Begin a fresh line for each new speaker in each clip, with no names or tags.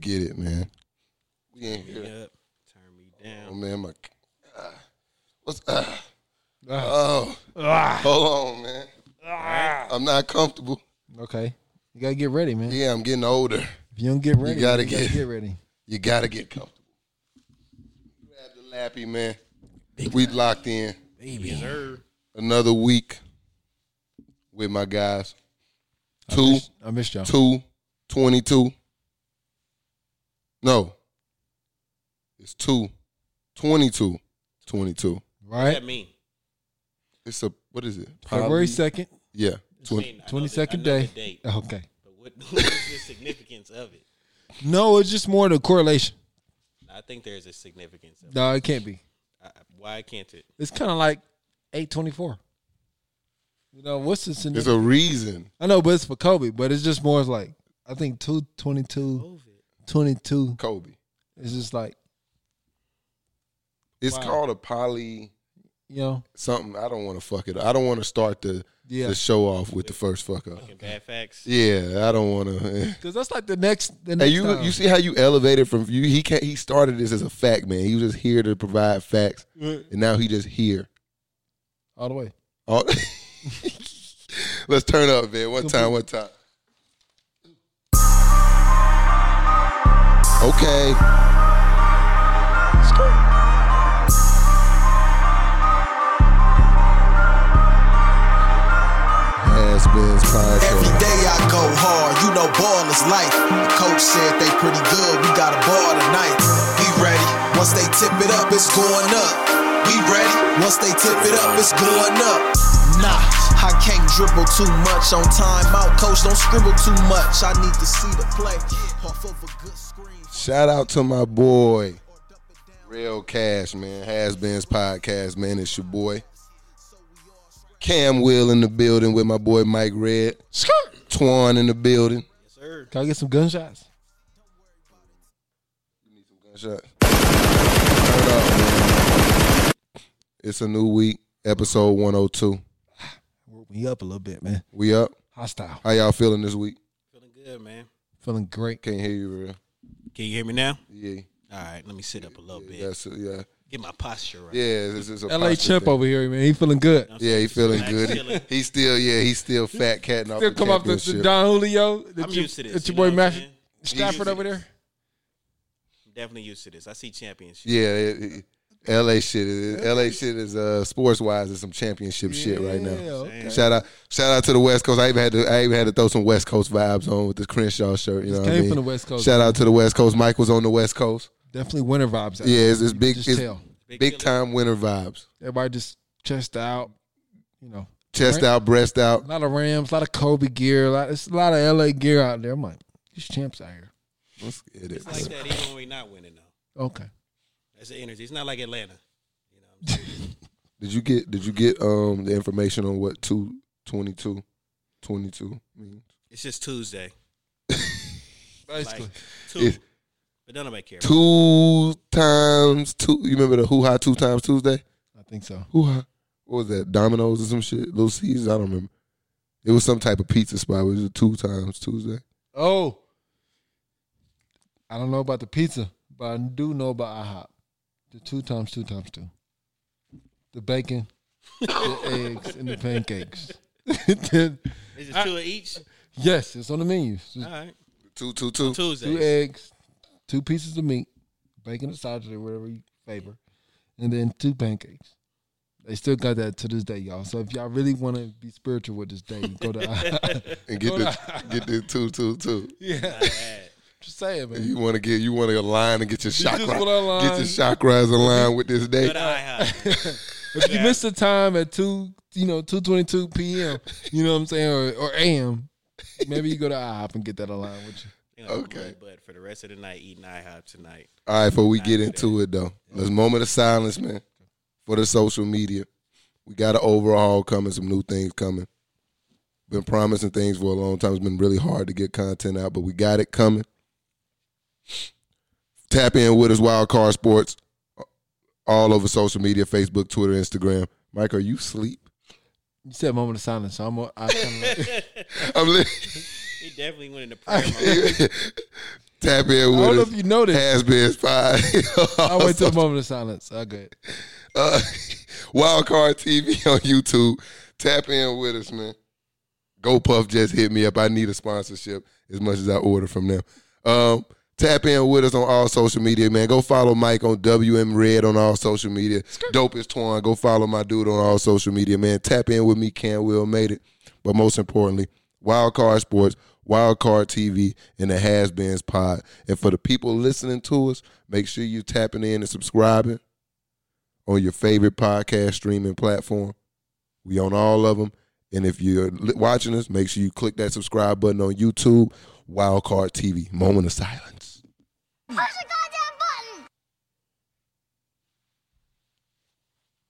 get it, man. We ain't
Turn
here.
me up. Turn me
Oh
down.
man, my ah. what's ah. oh hold on, man. I'm not comfortable.
Okay. You gotta get ready, man.
Yeah, I'm getting older.
If you don't get ready,
gotta get-
gotta get ready.
You gotta get comfortable. Grab the lappy, man. We locked in
Baby. Sir.
another week with my guys.
I
Two,
miss- I missed y'all.
two, twenty-two. No, it's two, twenty-two, twenty-two.
What
Right?
that mean?
It's a what is it?
February second.
Yeah,
I
twen-
mean, I know the- I know
22nd
the
day.
date,
Okay.
but what, what is the significance of it?
No, it's just more the correlation.
I think there's a significance. Of it.
No, it can't be.
I, I- why can't it?
It's kind of like eight twenty four. You know what's the significance?
It's a reason.
I know, but it's for Kobe. But it's just more like I think two twenty two
Move it.
twenty two.
Kobe.
It's just like
It's
Wow.
called a poly
you know,
something. I don't want to fuck it. up. I don't want to start the
yeah,
the show off with the first fuck up.
Fucking bad facts.
Yeah, I don't want to.
because that's like the next. The
Hey,
next
you
time.
you see how you elevated from you? He can't. He started this as a fact man. He was just here to provide facts, and now he just here.
all the way.
Oh, Let's turn up, man. One time, one time. Okay. Has been
Every
podcast.
day I go hard, you know ball is life. The coach said they pretty good, we got a ball tonight. Be ready, once they tip it up, it's going up. Be ready, once they tip it up, it's going up. Nah, I can't dribble too much on timeout. Coach, don't scribble too much. I need to see the play off of a good screen.
Shout out to my boy, Real Cash, man. Has Been's podcast, man. It's your boy. Cam Will in the building with my boy Mike Red. Twan in the building.
Yes, sir.
Can I get some gunshots?
Shut. Turn up, man. It's a new week, episode 102.
Work me up a little bit, man.
We up.
Hostile.
How y'all feeling this week?
Feeling good, man.
Feeling great.
Can't hear you real.
Can you hear me now?
Yeah.
All right, let me sit up a little bit.
That's yeah.
Get my posture right.
Yeah, this is a
L.A.
posture
Chimp
thing.
over here, man. He feeling good.
Yeah, he feeling
Relax,
good.
chilling.
He, he still, yeah, he's still fat catting off
Still
the
come up to,
championship.
to Don Julio. That
I'm
you-
used to this.
That's your
you know
boy
what I'm
Matt
saying?
Stafford over there.
I'm definitely used to this. I see championships.
Yeah, it, it- LA shit. Is, LA shit is uh, sports wise is some championship shit right
Yeah,
now.
okay.
Shout out, shout out to the West Coast. I even had to, I even had to throw some West Coast vibes on with this Crenshaw shirt. You know, what I
came
mean?
from the West Coast,
Shout out to the West Coast. Mike was on the West Coast.
Definitely winter vibes. out
Yeah,
there.
it's, it's
You
big,
Just
it's
tell.
big, time winter vibes.
Everybody just chest out. You know,
Chest
Right.
out, breast
a
out.
lot of Rams, a lot of Kobe gear, a lot. It's a lot of LA gear out there. I'm like, these champs out here.
Let's get it.
It's like that even when we're not winning, though.
Okay.
That's the energy. It's not like Atlanta. You know, what I'm saying?
Did you get? Did you get um the information on what two twenty two, twenty two means?
it's just Tuesday.
Basically,
Like, two.
It's-
but don't nobody care.
Two times two. You remember the hoo ha two times Tuesday?
I think so.
Who? What was that? Domino's or some shit? Little Caesars? I don't remember. It was some type of pizza spot. It was two times Tuesday.
Oh, I don't know about the pizza, but I do know about IHOP. The two times two times two. The bacon, the eggs, and the pancakes. Then-
It's just two of each.
yes, it's on the menu. It's just
All right.
Two, two, two.
two
Tuesday.
eggs, two pieces of meat, bacon or sausage or whatever you favor, and then two pancakes. They still got that to this day, y'all. So if y'all really want to be spiritual with this day, go to IHOP.
And get the get the two, two, two.
yeah. Just saying, man.
You want to get you want to align and get your
just
chakra,
wanna align.
get your chakras aligned with this day.
But IHOP.
If you miss the time at two, you know, two twenty two p.m., you know what I'm saying, or, or a.m., maybe you go to IHOP and get that aligned with you.
You know,
Okay.
But for the rest of the night, eating IHOP tonight.
All right, before we get into it though, let's moment of silence, man, for the social media. We got an overhaul coming, some new things coming. Been promising things for a long time. It's been really hard to get content out, but we got it coming. Tap in with us, Wild Card Sports, all over social media, Facebook, Twitter, Instagram. Mike, are you asleep?
You said moment of silence, so I'm. a- I kinda like,
I'm li-
He definitely went into prayer mode.
Tap in
I don't know
with
if
us.
you noticed.
Has been fine.
I wait till a moment of silence. I good.
uh, Wildcard TV on YouTube. Tap in with us, man. GoPuff just hit me up. I need a sponsorship as much as I order from them. Um, tap in with us on all social media, man. Go follow Mike on WM Red on all social media. Dope is Twan. Go follow my dude on all social media, man. Tap in with me, Can Will Made It. But most importantly, Wildcard Sports, Wildcard TV, and the Has Beens Pod. And for the people listening to us, make sure you tapping in and subscribing on your favorite podcast streaming platform. We on all of them. And if you're li- watching us, make sure you click that subscribe button on YouTube, Wildcard TV. Moment of silence.
Push the goddamn button!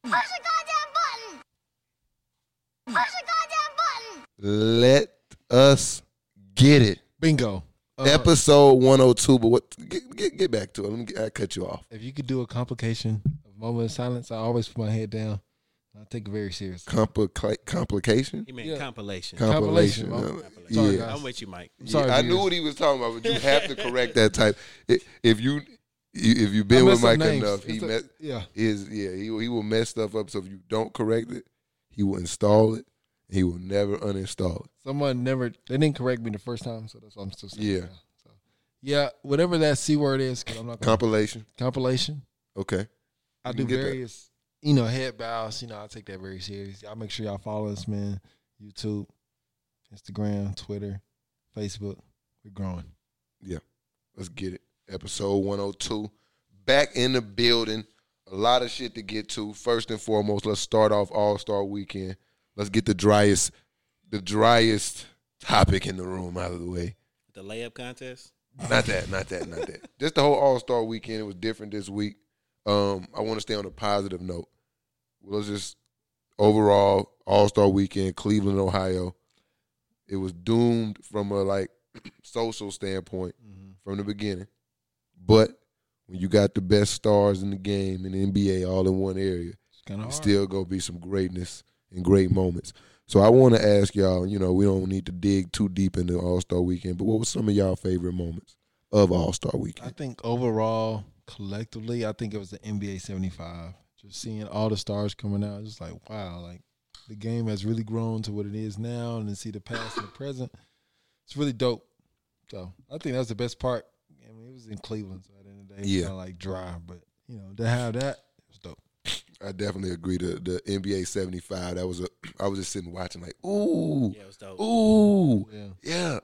Push the goddamn button! Push the goddamn button!
Let us get it.
Bingo. Uh,
Episode 102. But what? Get, get, get back to it. Let me get, I cut you off.
if you could do a complication of moment of silence, I always put my head down. I take it very serious.
Compli- complication?
He meant
Yeah.
compilation.
Compilation.
Compilation,
Yeah.
Sorry, guys.
I'm with you, Mike.
I'm sorry,
Yeah, I knew
viewers.
what he was talking about, but you have to correct that type. I- If you you- if you've been
I
with
mess up
Mike
names.
enough, he
It's a-
met,
yeah.
is yeah he will- he will mess stuff up. So if you don't correct it, he will install it. He will never uninstall it.
Someone never they didn't correct me the first time, so that's why I'm still saying.
Yeah.
it now. So, yeah, whatever that c word is, 'cause I'm not gonna,
Compilation.
compilation.
Okay.
I
You
do
can get that.
various, you know, head bows. You know, I take that very serious. Y'all make sure y'all follow us, man. YouTube, Instagram, Twitter, Facebook. We're growing.
Let's get it. Episode 102. Back in the building. A lot of shit to get to. First and foremost, let's start off All Star Weekend. Let's get the driest, the driest topic in the room out of the way.
The layup contest.
not that, not that, not that. Just the whole All Star weekend. It was different this week. Um, I want to stay on a positive note. Well, it's just overall All Star weekend, Cleveland, Ohio. It was doomed from a like social standpoint from the beginning, but when you got the best stars in the game in the NBA all in one area,
It's kind of
it's
hard.
still gonna be some greatness and great moments. So I want to ask y'all. You know, we don't need to dig too deep into All Star Weekend, but what were some of y'all favorite moments of All Star
I
Weekend?
think overall, collectively, I think it was the NBA 75. Just seeing all the stars coming out, just like wow, like the game has really grown to what it is now, and to see the past and the present, it's really dope. So I think that's the best part. I mean, it was in Cleveland, so at the end of the day,
Yeah.
yeah, kind of like dry, but you know, to have that, it's dope.
I, definitely agree to the NBA seventy five. That was a. I was just sitting watching like, ooh,
Yeah, it was dope.
ooh,
Yeah.
yeah,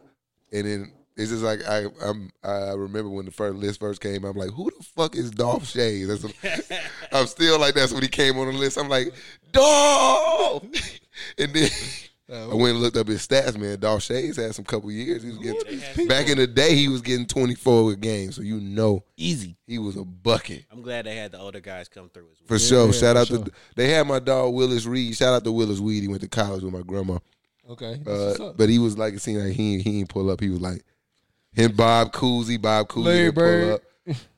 and then. It's just like I I'm I remember when the first list first came. I'm like, who the fuck is Dolph Shades? That's what- I'm still like that's when he came on the list. I'm like, Dolph, and then
Uh,
I went and looked up his stats, man. Dolph Shades had some couple years. He was getting back in the day. He was getting twenty four a game, so you know
Easy.
he was a bucket
I'm glad they had the older guys come through as well.
for sure.
yeah,
Shout
for
out
sure.
to they had my dog Willis Reed. Shout out to Willis Reed. He went to college with my grandma,
Okay. that's what's
uh,
up.
but he was like it seemed like he he didn't pull up. He was like him Bob Cousy. Bob Cousy
Larry
didn't pull
Bird.
up.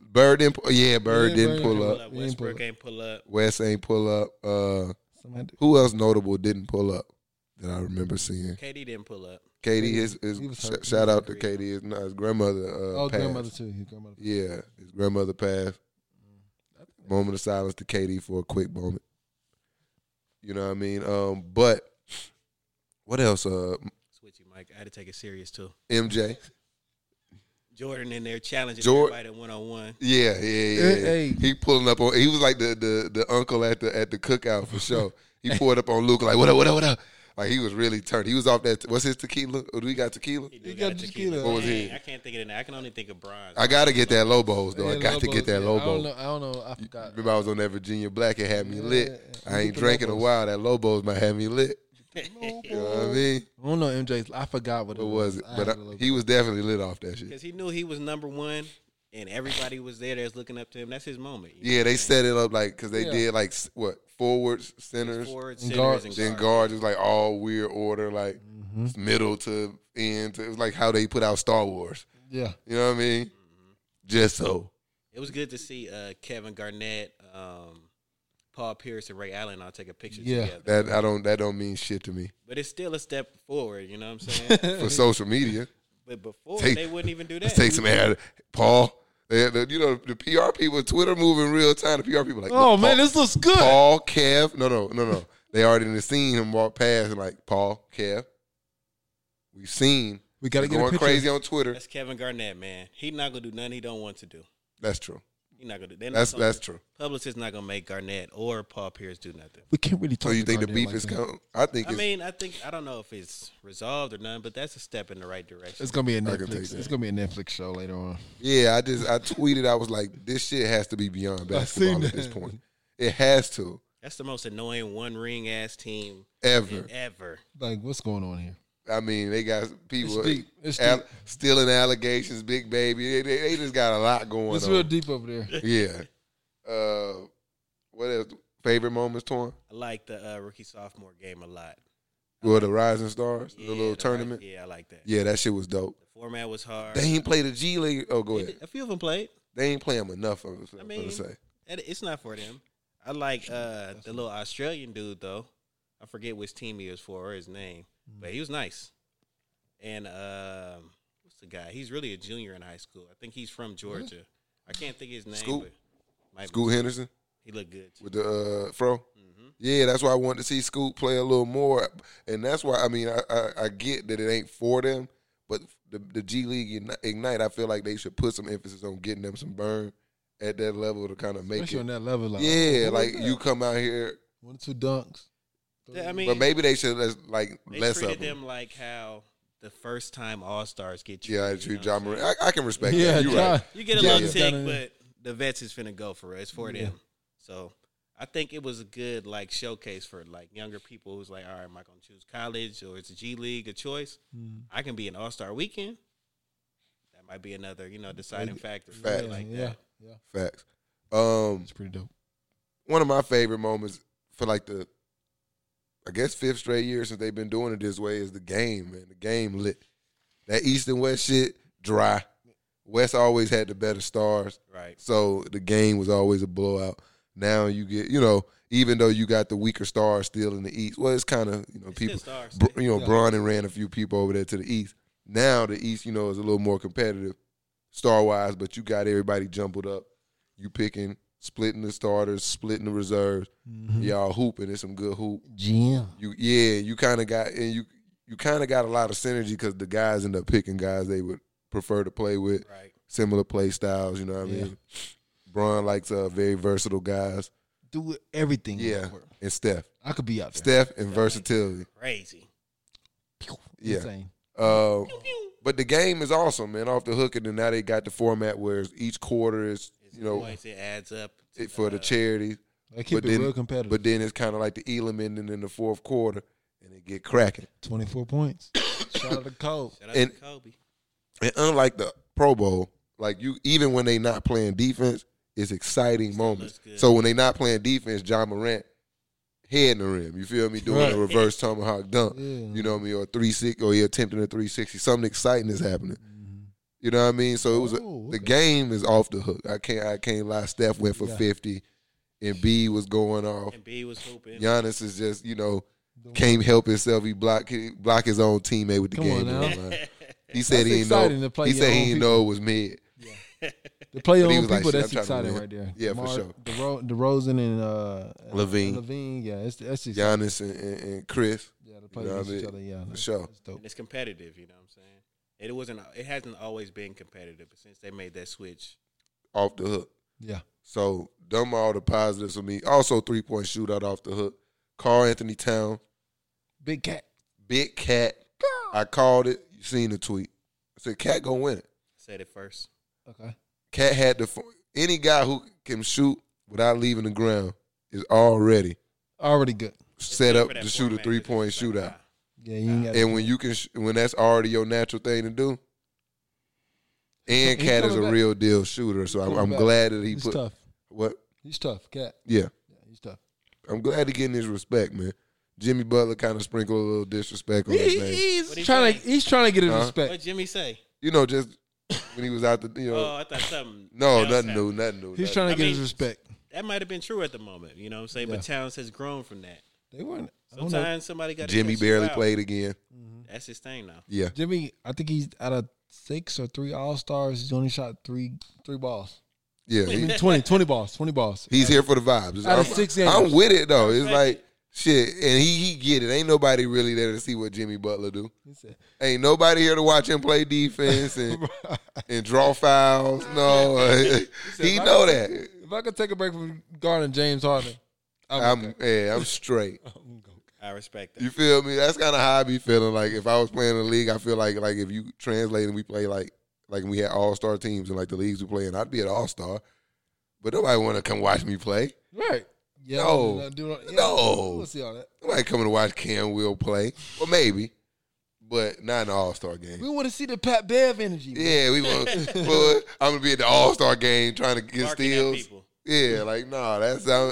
Bird didn't. pu- Yeah, Bird
Yeah,
didn't
Bird
pull
Pull
up.
up.
We ain't pull
Westbrook
up.
ain't pull up.
West ain't pull up. Uh,
Somebody-
who else notable didn't pull up that I remember seeing?
KD didn't pull up.
Katie, his, his
He was
sh-
hurt.
shout out to Katie, his, his grandmother. Uh,
oh,
passed.
grandmother too. His grandmother.
Yeah, his grandmother passed. Moment of silence to Katie for a quick moment. You know what I mean? Um, but what else? Uh,
It's with you, Mike. I had to take it serious too.
MJ.
Jordan in there challenging
Jordan-
everybody one on one.
Yeah, yeah, yeah. yeah.
Eh, Hey, hey.
He pulling up on. He was like the the the uncle at the at the cookout for sure. He pulled up on Luke like what up, what up, what up. Like he was really turned. He was off that. What's his tequila? Oh, do we got tequila?
He, do
He got
a
tequila.
What was
Dang,
his?
I can't think of it. now. I can only think of bronze.
I gotta get that Lobos though. Oh, I
Yeah,
got to get
Lobos,
that
yeah. I
Lobos.
don't know. I don't know. I forgot.
Remember, I was on that Virginia Black. It had me lit.
Yeah.
I ain't
Get the
drank in a
Lobos.
while. That Lobos might have me lit. You know what I mean?
I don't know MJ's. I forgot what it
What was it?
I
But
had
I,
a little
he was definitely lit off that shit.
Because he knew he was number one, and everybody was there that's looking up to him. That's his moment. You
Yeah, they set it up like because they
Yeah.
did like s- what forwards, centers,
Forwards,
And
centers,
guards.
and
then
guards.
guards. It was like all weird order, like
Mm-hmm.
middle to end. It was like how they put out Star Wars.
Yeah.
You know what I mean?
Mm-hmm.
Just so.
It was good to see uh, Kevin Garnett, um, Paul Pierce, and Ray Allen all take a picture
Yeah.
together.
That I don't. That don't mean shit to me
But it's still a step forward. You know what I'm saying?
for social media.
But before
Take-
they wouldn't even do that.
Let's take some air. Paul, they, the, you know, the PR people, Twitter moving real time. The PR people like,
Oh
look, Paul,
man, this looks good.
Paul, Kev. No, no, no, no. They already done seen him walk past and like, Paul, Kev. We've seen.
We
They're
gotta get a
going
picture.
crazy on Twitter.
That's Kevin Garnett, man. He not gonna do nothing he don't want to do.
That's true.
He not gonna do. they're not
That's
gonna-
that's true.
Publicist not gonna make Garnett or Paul Pierce do nothing.
we can't really
So
talk.
oh, you
to
think the
Gardell
beef
like
is
that.
coming? I think
I
it's
mean, I think I don't know if it's resolved or none, but that's a step in the right direction.
It's gonna be a
I can take
Netflix.
that.
It's gonna be a Netflix show later on.
Yeah, I just I tweeted. I was like, this shit has to be beyond
seen
basketball at this
that.
point. It has to
That's the most annoying one ring ass team
ever.
ever.
Like, what's going on here?
I mean, they got people
It's deep. It's deep.
al- stealing allegations. Big baby, they, they, they just got a lot going
It's
on.
real deep over there.
Yeah. Uh, what else? Favorite moments, torn?
I like the uh, rookie sophomore game a lot.
Well, the Rising Stars,
Yeah,
the little tournament.
yeah, I like that.
yeah. that shit was dope.
The format was hard.
They ain't play the G League. Oh, go ahead.
A few of them played.
They ain't playing enough. I'm gonna
mean-
say.
That- It's not for them. I like uh, the little Australian dude though. I forget which team he was for or his name, but he was nice. And um, what's the guy? He's really a junior in high school. I think he's from Georgia. I can't think of his name.
Scoop?
But might be-
Scoot Henderson.
He looked good. Too.
with the uh, fro.
Mm-hmm.
Yeah, that's why I wanted to see Scoop play a little more, and that's why I mean I, I, I get that it ain't for them, but the the G League Igni- ignite, I feel like they should put some emphasis on getting them some burn at that level to kind of make
Especially on
it.
that level, like
Yeah,
what
like
was
you
that?
come out here,
one or two dunks.
Yeah, I mean,
but maybe they should less, like
they
less
treated
of
them
them.
like how the first time All Stars get treated.
Yeah, I
you
treat
know
John
what I'm
Moran.
saying?
I, I can respect
Yeah,
that. You're
John-
right.
You get a
Yeah,
little
yeah.
tick,
Kinda-
but the vets is finna go for it. It's for
Yeah.
them. So I think it was a good like showcase for like younger people who's like, all right, am I gonna choose college or it's a G League a choice? I can be an All Star Weekend. That might be another you know deciding factor. for me
Fact.
like
yeah,
that.
yeah,
Facts. Um,
it's pretty dope.
one of my favorite moments for like the I guess fifth straight year since they've been doing it this way is the game, man. The game lit. That East and West shit, dry. West always had the better stars.
Right.
So the game was always a blowout. Now you get, you know, even though you got the weaker stars still in the East, well, it's kind of, you know,
It's
people,
just stars.
Br- you know,
Yeah.
Braun and ran a few people over there to the East. Now the East, you know, is a little more competitive star wise, but you got everybody jumbled up. You picking, splitting the starters, splitting the reserves. Y'all hooping. It's some good hoop.
GM.
You yeah, you kind of got and you you kind of got a lot of synergy because the guys end up picking guys they would prefer to play with
right.
similar play styles. You know what I
Yeah.
mean? Braun likes uh, very versatile guys.
Do everything. in
Mm-hmm. Yeah,
that world.
and Steph,
I could be up there.
Steph, and versatility.
Crazy.
Pew.
Yeah.
Insane.
Uh, but the game is awesome, man. Off the hook, and then now they got the format where each quarter is
It's
you know
points, it adds up to uh,
it for the charity,
They keep
But
it
then-
real competitive.
but then it's kind of like the Elam ending in the fourth quarter, and it get cracking.
Twenty four points. Shout out to Cole.
Shout out to
and-
Kobe.
And unlike the Pro Bowl, like you, even when they not playing defense, it's exciting moments.
looks good.
So when they not playing defense, John Morant head in the rim. You feel me? Doing
Right.
a reverse tomahawk dunk.
Yeah.
You know what I mean? Or three six, or you're attempting a three sixty. Something exciting is happening. You know what I mean? So it was a,
Mm-hmm. Oh,
the
okay.
game is off the hook. I can't I can't lie. Steph went for
Yeah.
fifty, and B was going off.
And B was hooping.
Giannis is just you know can't help himself. He block he block his own teammate with the
Come
game.
on
in
now.
his mind. He said he
That's
didn't know.
exciting to play
He
your
said he
own
didn't
people.
know it was mid.
The play
But he
on
was like,
people
"Shit,
that's
I'm trying to
exciting
win."
right there.
Yeah, for sure.
The Ro- DeRozan and uh, and
Levine.
Levine, yeah, it's that's just, yeah,
Giannis and, and, and Chris.
the play
know what I
against each
mean?
other, yeah, that's-
sure.
that's dope.
and it's competitive. You know what I'm saying? It wasn't. It hasn't always been competitive but since they made that switch.
off the hook.
Yeah,
So them all the positives for me. Also three point shootout off the hook. Carl Anthony Town,
big cat.
big cat. I called it. You seen the tweet? I said cat gonna win it.
said it first.
Okay,
Cat had the fo- any guy who can shoot without leaving the ground is already
already good.
set
good
up
for that
to shoot a
format,
three point
because it's like,
shootout.
ah,
Yeah, you ain't got
And when you can, sh- when that's already your natural thing to do. And
He
Cat is
coming
a
back.
real deal shooter, so I'm,
coming
I'm
back.
glad that he
he's
put
tough.
what.
He's tough, cat.
Yeah,
Yeah, he's tough.
I'm glad he getting his respect, man. Jimmy Butler kind of sprinkled a little disrespect on his name.
What'd he
he's trying to
say?
he's trying to get his
Huh?
What
respect.
Jimmy say?
You know, just when he was out the, you know,
Oh, I thought something.
Uh, no,
else
nothing
happened.
new, nothing new.
He's
nothing
trying to
I
get his
mean-
respect.
That might have been true at the moment. You know what I'm saying?
Yeah.
But Towns has grown from that.
They weren't. I don't know.
Sometimes somebody got
new. Jimmy barely played again.
That's his thing now.
Yeah,
Jimmy, I think he's out of six or three All Stars. He's only shot three three balls.
Yeah,
I
he,
mean, 20, 20 balls, twenty balls.
he's here for the vibes.
Out
I'm,
of six
I'm
games.
with it though. It's like shit, and he he get it. Ain't nobody really there to see what Jimmy Butler do.
He said,
Ain't nobody here to watch him play defense and, and draw fouls. No, he know that.
if I could take a break from guarding James Harden, I would
I'm yeah, I'm straight.
I respect that.
You feel me? That's kind of how I be feeling. Like if I was playing in the league, I feel like like if you translate and we play like like we had all star teams and like the leagues we play in, I'd be an all star. But nobody want to come watch me play.
right. Yeah,
No.
I do not- yeah,
No.
We'll see all that.
Nobody coming to watch Cam Will play. Well, maybe, but not in the all star game.
We want to see the Pat Bev energy. man.
Yeah, we want. but I'm gonna be at the all star game trying to get
Barking at
steals.
people.
Yeah, like nah, that's uh,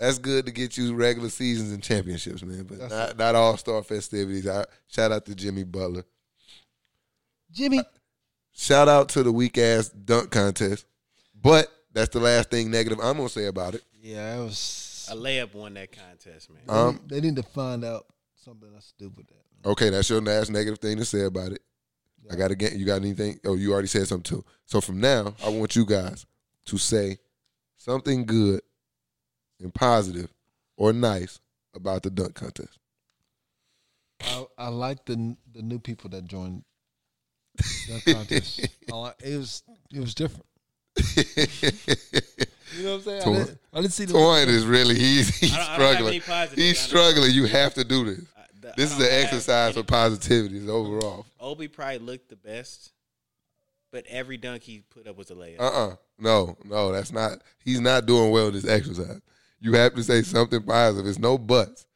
that's good to get you regular seasons and championships, man. But not, not all star festivities. I shout out to Jimmy Butler.
Jimmy.
Shout out to the weak ass dunk contest. But that's the last thing negative I'm gonna say about it.
Yeah, that was.
A layup won that contest, man.
Um,
they need to find out something that's stupid. That
okay, that's your last negative thing to say about it. I got to get you got anything? Oh, you already said something too. So from now, I want you guys to say something good and positive or nice about the dunk contest.
I, I like the the new people that joined the contest. I like- it was it was different. You know what I'm saying? I
Torn.
didn't, I didn't see the
Torn is really he's, he's
I don't- I don't have
struggling.
any positives.
he's
I don't-
struggling. You have to do this.
I- the- I
This is
don't
an
have
exercise
any-
for positivity overall.
Obi probably looked the best, but every dunk he put up was a layup.
Uh uh No, no, that's not. He's not doing well this exercise. You have to say something positive. It's no buts.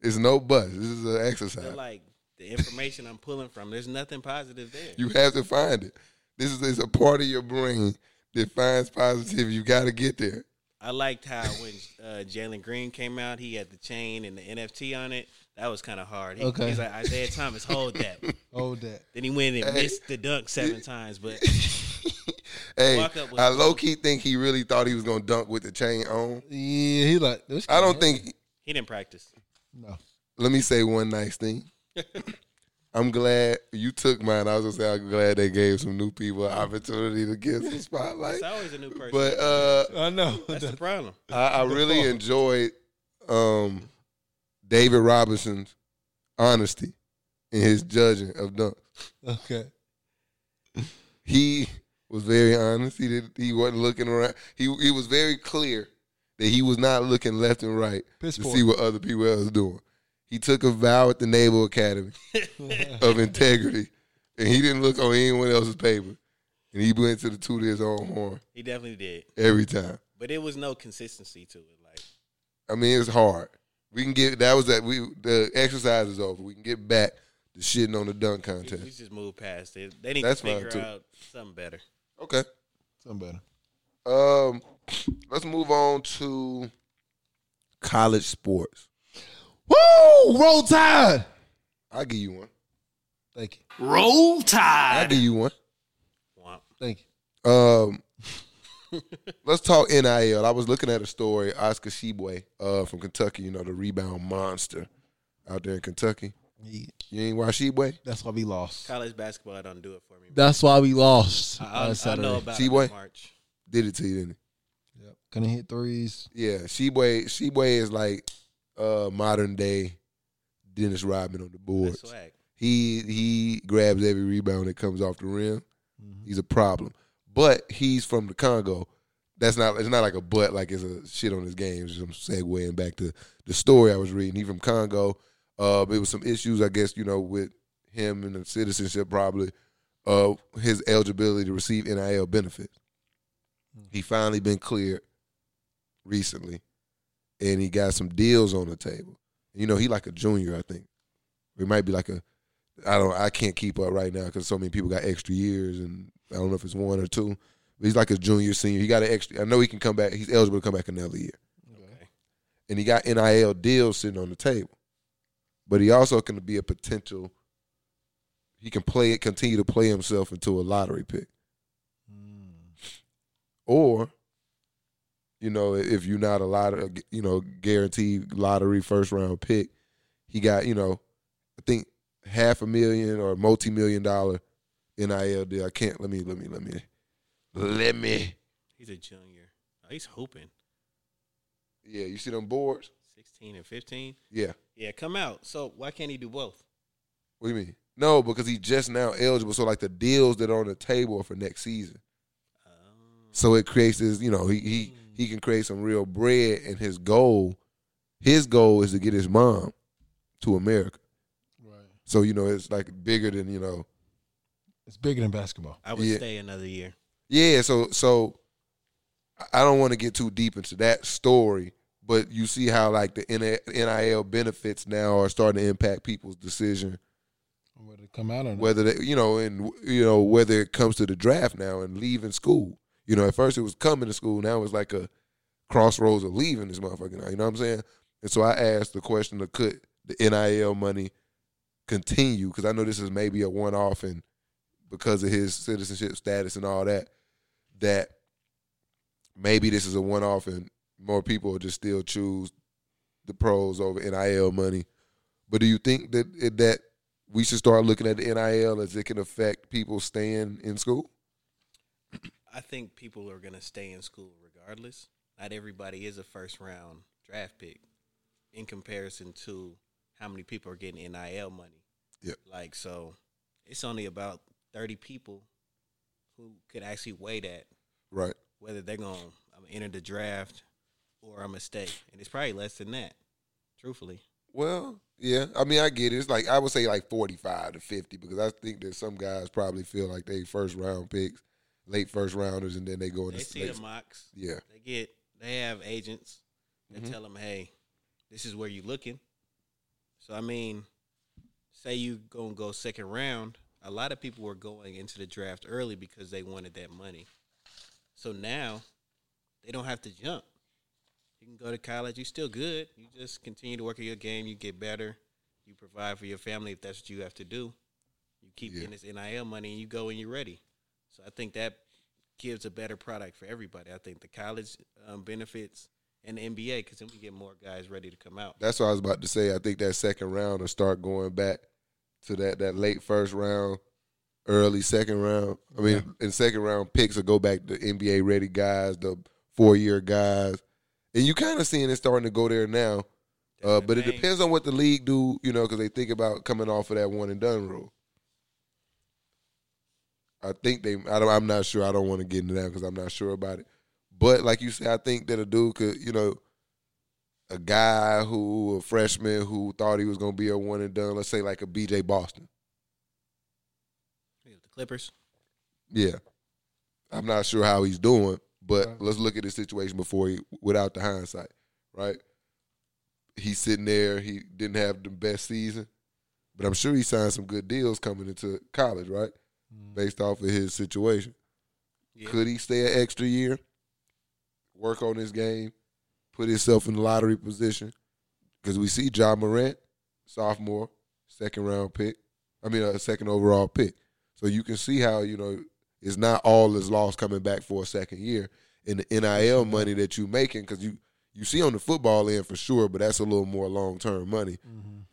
It's no buts. This is an
They're
exercise.
like the information I'm pulling from. There's nothing positive there.
You have to find it. This is it's a part of your brain that finds positivity. You got to get there.
I liked how when uh, Jalen Green came out, he had the chain and the NFT on it. That was kind of hard. He,
Okay.
He's like Isaiah Thomas, hold that.
oh that.
Then he went and
Hey.
missed the dunk seven times, but
Hey,
Walk up with-
I low key think he really thought he was gonna dunk with the chain on.
Yeah, he like this.
I don't
kid-
think.
he didn't practice.
no.
Let me say one nice thing. I'm glad you took mine. I was gonna say I'm glad they gave some new people an opportunity to get some spotlight.
It's always a new person.
But uh,
I know.
That's the problem.
I, I really enjoyed um, David Robinson's honesty in his judging of dunk.
okay.
He was very honest. He did, he wasn't looking around. He he was very clear that he was not looking left and right
Piss
to
poor.
see what other people else doing. He took a vow at the Naval Academy of integrity, and he didn't look on anyone else's paper. And he went to the toot his own horn
He definitely did,
every time.
but it was no consistency to it. Like
I mean, it's hard. We can get that was that we the exercise is over. We can get back to shitting on the dunk
we, we
contest.
just moved past it. They need
That's
to
fine,
figure
too.
out something better.
Okay.
Something better.
Um, let's move on to college sports.
Woo! Roll Tide.
I'll give you one.
Thank you.
I'll give you one.
Womp.
Thank you.
Um, let's talk NIL. I was looking at a story, Oscar Sheboy, uh, from Kentucky, you know, the rebound monster out there in Kentucky.
Yeah,
You ain't watch Sheboy?
That's why we lost.
College basketball don't do it for me.
That's why we lost.
I,
on
I, I
Saturday.
know about it
T-Boy?
in March.
Did it to you, didn't he?
Yep. Couldn't hit threes.
Yeah, Sheboy Sheboy is like uh modern day Dennis Rodman on the
That's
boards.
swag.
He he grabs every rebound that comes off the rim. He's a problem. But he's from the Congo. That's not it's not like a butt like it's a shit on his game. It's just I'm segueing back to the story I was reading. He from Congo. Uh it was some issues, I guess, you know, with him and the citizenship probably of his eligibility to receive NIL benefits. He finally been cleared recently and he got some deals on the table. You know, he like a junior, I think. It might be like a I don't I can't keep up right now because so many people got extra years and I don't know if it's one or two. But he's like a junior senior. He got an extra I know he can come back he's eligible to come back another year.
Okay.
And he got NIL deals sitting on the table. But he also can be a potential he can play it continue to play himself into a lottery pick. Hmm. Or you know, if you're not a lot of you know, guaranteed lottery first round pick, he got, you know, I think half a million or multi million dollar NIL deal. I can't. Let me. Let me. Let me. Let me.
He's a junior. Oh, he's hooping.
Yeah, you see them boards.
16 and 15.
Yeah.
Yeah, come out. So why can't he do both?
What do you mean? No, because he's just now eligible. So like the deals that are on the table are for next season.
Um,
So it creates this, you know, he he he can create some real bread and his goal, his goal is to get his mom to America.
Right.
So, you know, it's like bigger than, you know.
It's bigger than basketball.
I would
Yeah.
stay another year.
Yeah, so so I- I don't want to get too deep into that story, but you see how like the NIL benefits now are starting to impact people's decision
Whether it come out or not.
whether they, you know, and you know whether it comes to the draft now and leaving school. You know, at first it was coming to school. Now it's like a crossroads of leaving this motherfucker. Now, you know what I'm saying? And so I asked the question of could the NIL money continue? Because I know this is maybe a one off, and because of his citizenship status and all that, that maybe this is a one off, and more people will just still choose the pros over NIL money. But do you think that that we should start looking at the NIL as it can affect people staying in school.
I think people are going to stay in school regardless. Not everybody is a first round draft pick in comparison to how many people are getting NIL money.
Yep.
Like, so it's only about 30 people who could actually weigh that,
Right.
whether they're going to enter the draft or I'm going to stay. And it's probably less than that, truthfully.
Well, yeah. I mean, I get it. It's like I would say like forty-five to fifty because I think that some guys probably feel like they first-round picks, late first-rounders, and then they go
They
into
see the
late,
mocks.
yeah,
They get they have agents that tell them, "Hey, this is where you looking." So I mean, say you gonna go second round. A lot of people were going into the draft early because they wanted that money. So now they don't have to jump. You can go to college. You're still good. You just continue to work at your game. You get better. You provide for your family if that's what you have to do. You keep
Yeah.
getting this NIL money and you go and you're ready. So I think that gives a better product for everybody. I think the college um, benefits and the NBA because then we get more guys ready to come out.
That's what I was about to say. I think that second round will start going back to that that late first round, early second round. I mean, and second round picks will go back to NBA ready guys, the four year guys, and you kind of seeing it starting to go there now. Uh,
That's the
but it
thing.
depends on what the league do, you know, because they think about coming off of that one and done rule. I think they. I don't, I'm not sure. I don't want to get into that because I'm not sure about it. But like you said, I think that a dude could, you know, a guy who a freshman who thought he was going to be a one and done. Let's say like a BJ Boston.
We got The Clippers.
Yeah, I'm not sure how he's doing, but
Right.
let's look at his situation before he without the hindsight, right? He's sitting there. He didn't have the best season, but I'm sure he signed some good deals coming into college, right? Based off of his situation.
Yeah.
Could he stay an extra year, work on his game, put himself in the lottery position? Because we see John Morant, sophomore, second round pick. I mean, a second overall pick. So you can see how you know it's not all is lost coming back for a second year and the NIL money that you making because you you see on the football end for sure, but that's a little more long term money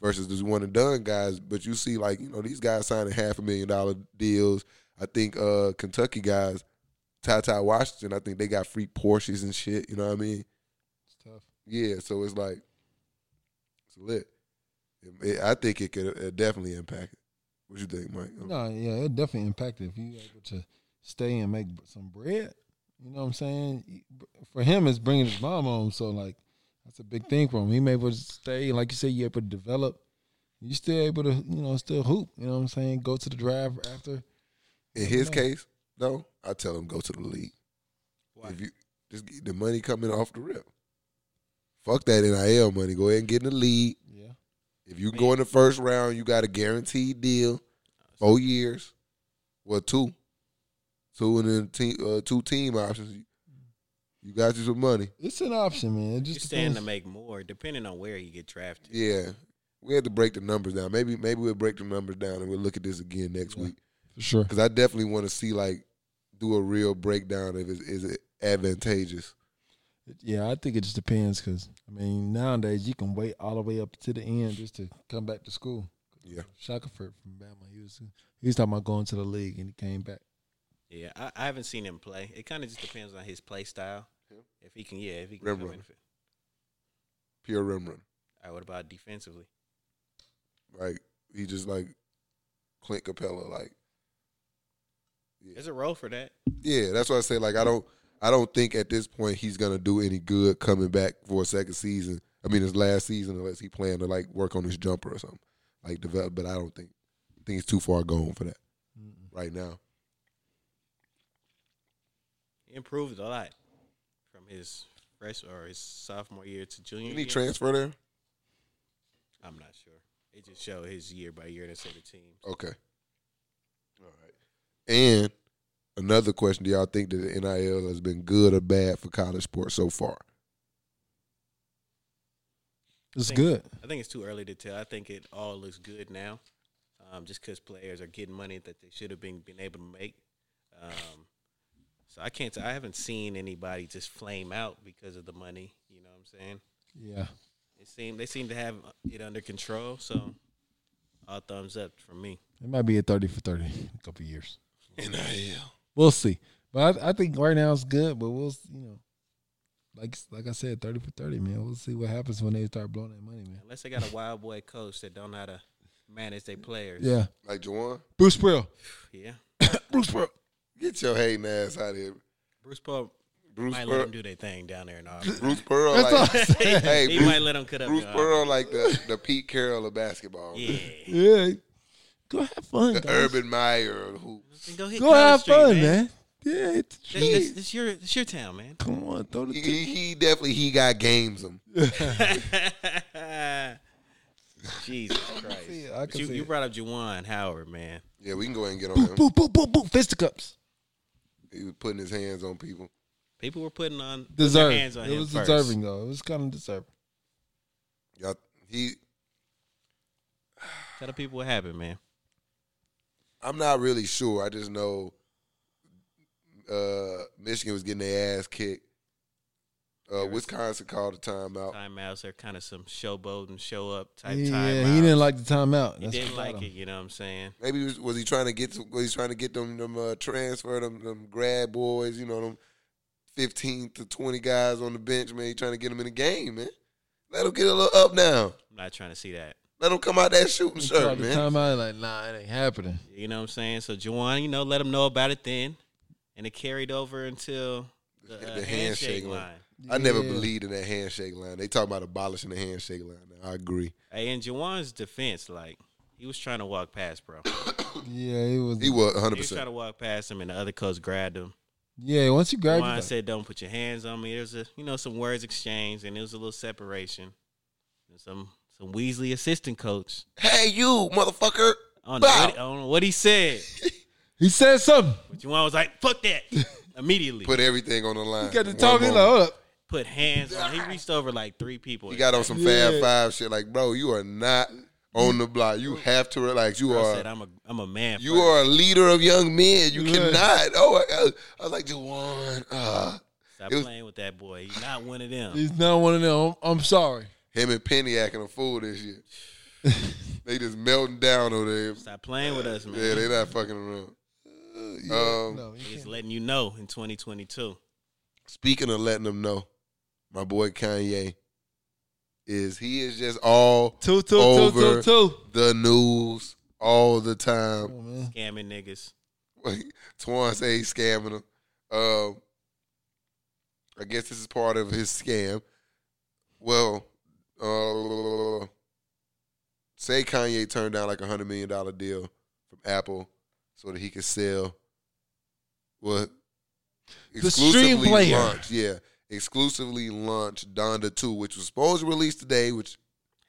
versus this one and done guys. But you see, like you know, these guys signing half a million dollar deals. I think uh Kentucky guys, Ty Ty Washington, I think they got free Porsches and shit. You know what I mean?
It's tough.
Yeah, so it's like it's lit. It- it- I think it could uh definitely impact it. What you think, Mike?
No, yeah, it definitely impacted if you able to stay and make some bread. You know what I'm saying? E, For him, it's bringing his mom home, so like that's a big thing for him. He may able to stay, like you said, you able to develop. You still able to, you know, still hoop. You know what I'm saying? Go to the draft after.
In his
know.
case, though, I tell him go to the league.
Why?
If you just get the money coming off the rip. Fuck that NIL money. Go ahead and get in the league.
Yeah,
If you go in the first round, you got a guaranteed deal, four years, well two, two and then team, uh, two team options. You got you some money.
it's an option, man. It
You
just
stand to
depends.
make more depending on where you get drafted.
Yeah, we had to break the numbers down. Maybe maybe we'll break the numbers down and we'll look at this again next
Yeah.
week.
for sure.
Because I definitely want to see like do a real breakdown if it's, is it advantageous.
Yeah, I think it just depends because I mean nowadays you can wait all the way up to the end just to come back to school.
Yeah.
Shackelford from Bama. He was he was talking about going to the league and he came back.
Yeah, I, I haven't seen him play. It kind of just depends on his play style. If he can, yeah, if he can.
Rim
come
runner.
in fit.
Pure rim runner.
All right, what about defensively?
Like he just like Clint Capella. Like
There's a role for that.
yeah, that's why I say like I don't I don't think at this point he's gonna do any good coming back for a second season. I mean his last season unless he plan to like work on his jumper or something. Like develop but I don't think I think he's too far gone for that right now.
He improved a lot from his fresh or his sophomore year to junior
Did
year.
he transfer there?
I'm not sure. It just showed his year by year instead of teams.
Okay. All right. And another question: Do y'all think that the NIL has been good or bad for college sports so far?
It's
Think-
good.
I think it's too early to tell. I think it all looks good now, um, just because players are getting money that they should have been been able to make. Um, so I can't. I haven't seen anybody just flame out because of the money. You know what I'm saying?
Yeah.
It seemed they seem to have it under control. So all thumbs up from me.
It might be a thirty for thirty in a couple of years.
NIL.
We'll see. But I, I think right now it's good, but we'll s- you know like like I said, thirty for thirty, man. We'll see what happens when they start blowing that money, man.
Unless they got a wild boy coach that don't know how to manage their players.
Yeah.
Like Jawan,
Bruce Pearl.
yeah.
Bruce Pearl.
get your hating ass out of here,
Bruce Paul
Bruce
might let
Pearl.
them do their thing down there in all.
Bruce Pearl,
That's all
like,
I said.
hey,
he
Bruce,
might let them cut up.
Bruce
in Auburn.
Pearl, like the, the Pete Carroll of basketball,
Yeah.
Yeah. Go have fun,
the
guys.
Urban Meyer. of Who
Then Go, hit
Go have
Street,
fun,
man.
man. Yeah, it's
This, this, this your this your town, man.
Come on, throw the
he,
t-
he he definitely he got games him.
Jesus Christ!
it, I
But
can
you,
see
you
it.
brought up Juwan Howard, man.
Yeah, we can go ahead and get on
boop,
him.
boop, boop, boop, boop, fisticuffs.
He was putting his hands on people.
People were putting on putting their
Deserving.
hands on
it
him
was
first.
deserving though. It was kind of deserving.
Y'all, he
Tell the people what happened, man.
I'm not really sure. I just know uh, Michigan was getting their ass kicked. Uh, Wisconsin called a timeout.
Timeouts are kind of some showboat and show up type
yeah,
timeouts.
he didn't like the timeout.
He
That's
didn't
what
like
got
it.
him.
You know what I'm saying?
Maybe he was, was he trying to get to, was he trying to get them them uh, transfer them them grad boys? You know them fifteen to twenty guys on the bench. Man, he trying to get them in the game. Man, let them get a little up now.
I'm not trying to see that.
Let them come out that shooting
He
shirt,
called the
man.
timeout like, nah, it ain't happening.
You know what I'm saying? So Juwan, you know, let him know about it then, and it carried over until the, uh,
The
handshake,
handshake line.
line.
I never
Yeah.
believed in that handshake line. They talking about abolishing the handshake line. I agree.
Hey, in Juwan's defense, like he was trying to walk past, bro.
Yeah, he was.
He was 100.
He was trying
percent
to walk past him, and the other coach grabbed him.
yeah, once you grab,
Juwan said, "Don't put your hands on me." There's a you know some words exchanged, and it was a little separation. And some some Weasley assistant coach.
Hey, you motherfucker!
I don't, know
Bow.
what, I don't know what he said,
he said something.
but Juwan was like, "Fuck that!" Immediately put,
Put everything on the line.
He got to
One
talking. Like,
moment.
hold up.
hands on. He reached over like three people.
He got on some Fab
Yeah.
Five shit. Like, bro, you are not on the block. You have to relax. You
I
are.
said, "I'm a I'm a man."
You
first."
are a leader of young men. You
Right.
cannot. Oh my God. I was like, Jawan. Uh.
Stop
it was-
playing with that boy. He's not one of them.
He's not one of them. I'm, I'm sorry.
Him and Penny acting a fool this year. they just melting down over there.
Stop playing with us, man.
Yeah, they not fucking around. Um,
no, you
Just
can't.
letting you know in 2022.
Speaking of letting them know, my boy Kanye is he is just all
Two, two, two,
over
two, two.
the news all the
Come
time.
on, man.
Scamming niggas.
Twan say he's scamming him. Um, I guess this is part of his scam. Well, uh, say Kanye turned down like a hundred million dollar deal from Apple so that he could sell what
The stream player.
launch, yeah, exclusively launched Donda Two, which was supposed to release today, which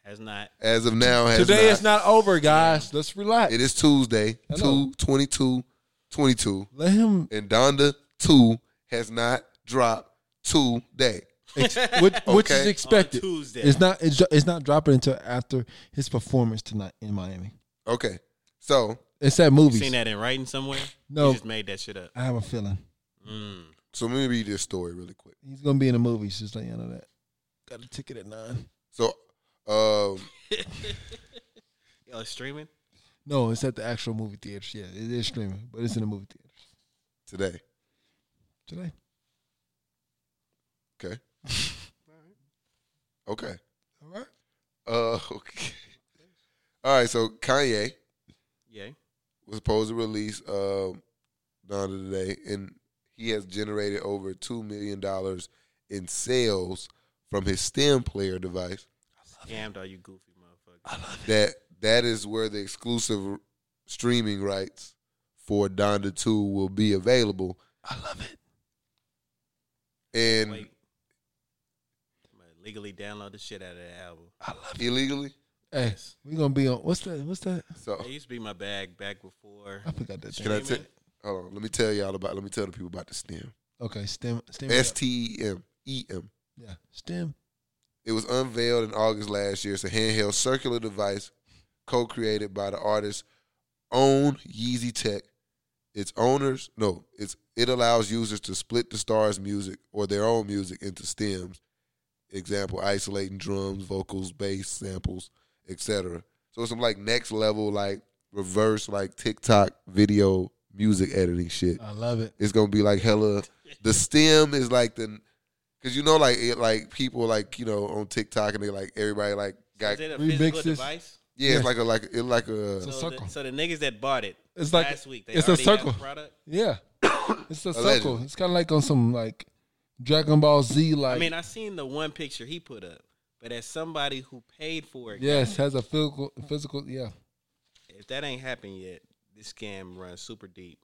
Has not.
as of now has
Today
not.
it's not over, guys. Let's relax.
It is Tuesday,
I know.
two twenty two, twenty two
Let him
and Donda 2 has not dropped today.
ex- which, which is
Okay.
On
expected.
Tuesday.
It's not. It's, dro- it's not dropping until after his performance tonight in Miami.
Okay. So,
It's at
You
movies.
seen that in writing somewhere?
No.
You just made that shit up.
I have a feeling
Mm.
so let me read this story really quick.
he's gonna be in the movies. Just like you
um,
know that. Got a ticket at nine.
So, um
Oh, it's streaming?
No, it's at the actual movie theaters. Yeah, it is streaming, but it's in the movie theaters
today.
today.
Okay. okay.
All right.
Uh, okay. All right. So Kanye
Yeah.
was supposed to release um, Donna today, and he has generated over two million dollars in sales from his stem player device.
Scammed, are you goofy, motherfucker?
That that is where the exclusive streaming rights for Donda Two will be available.
I love it.
And
Wait. I'm gonna legally download the shit out of that album.
I love
illegally,
it. Hey, we gonna be on. What's that? What's that?
so
That used to be my bag back before.
I forgot that.
can
Thing.
I tell? Hold on. Let me tell y'all about. Let me tell the people about the stem.
Okay, stem. Stem.
S T E M E M.
Yeah, stem.
It was unveiled in August last year. It's a handheld circular device co-created by the artist's own Yeezy Tech. Its owners, no, it's it allows users to split the stars music or their own music into stems. Example, isolating drums, vocals, bass, samples, etc. So it's some like next level, like reverse, like TikTok video music editing shit.
I love it.
It's gonna be like hella. The stem is like the, cause you know like it, like people like you know on TikTok and they like everybody like got
Is it a
remixes.
physical device?
yeah,
Yeah.
it's like a like it like a
It's a
So the,
circle.
so the niggas that bought it
It's like-
last week, they
it's a
already got
circle.
the product.
Yeah, it's a circle.
Allegedly.
It's kind of like on some like Dragon Ball Z. Like,
I mean, I seen the one picture he put up, but as somebody who paid for it,
yes, has a physical. Physical. Yeah.
if that ain't happened yet, this scam runs super deep.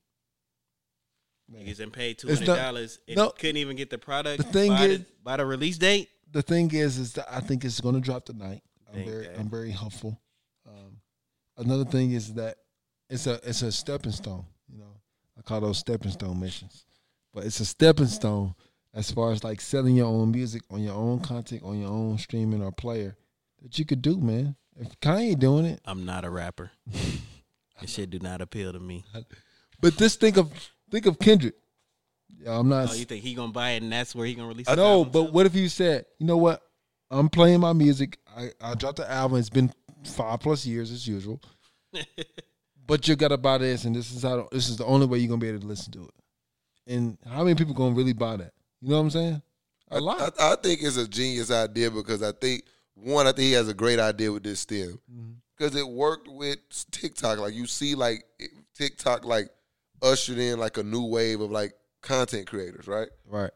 Man.
Niggas and paid two
It's
hundred
not-
dollars and
no.
couldn't even get the product.
The thing
by
is-
the, by the release date,
the thing is, is that I think it's going to drop tonight. I'm
Thank
very,
God.
I'm very hopeful. Um, another thing is that it's a, it's a stepping stone. You know, I call those stepping stone missions, but it's a stepping stone as far as like selling your own music on your own content on your own streaming or player that you could do, man. If Kanye doing it,
I'm not a rapper. this shit do not appeal to me.
but just think of think of Kendrick. Yeah, I'm not.
Oh, you think he gonna buy it and that's where he gonna release?
I
his
know,
album
but
to?
what if you said, you know what? I'm playing my music. I, I dropped the album. It's been five plus years as usual. but you gotta buy this, and this is how this is the only way you're gonna be able to listen to it. And how many people gonna really buy that? You know what I'm saying? A lot.
I, I think it's a genius idea because I think one, I think he has a great idea with this stem
Mm-hmm.
because it worked with TikTok. Like you see, like it- TikTok like ushered in like a new wave of like content creators, right?
right.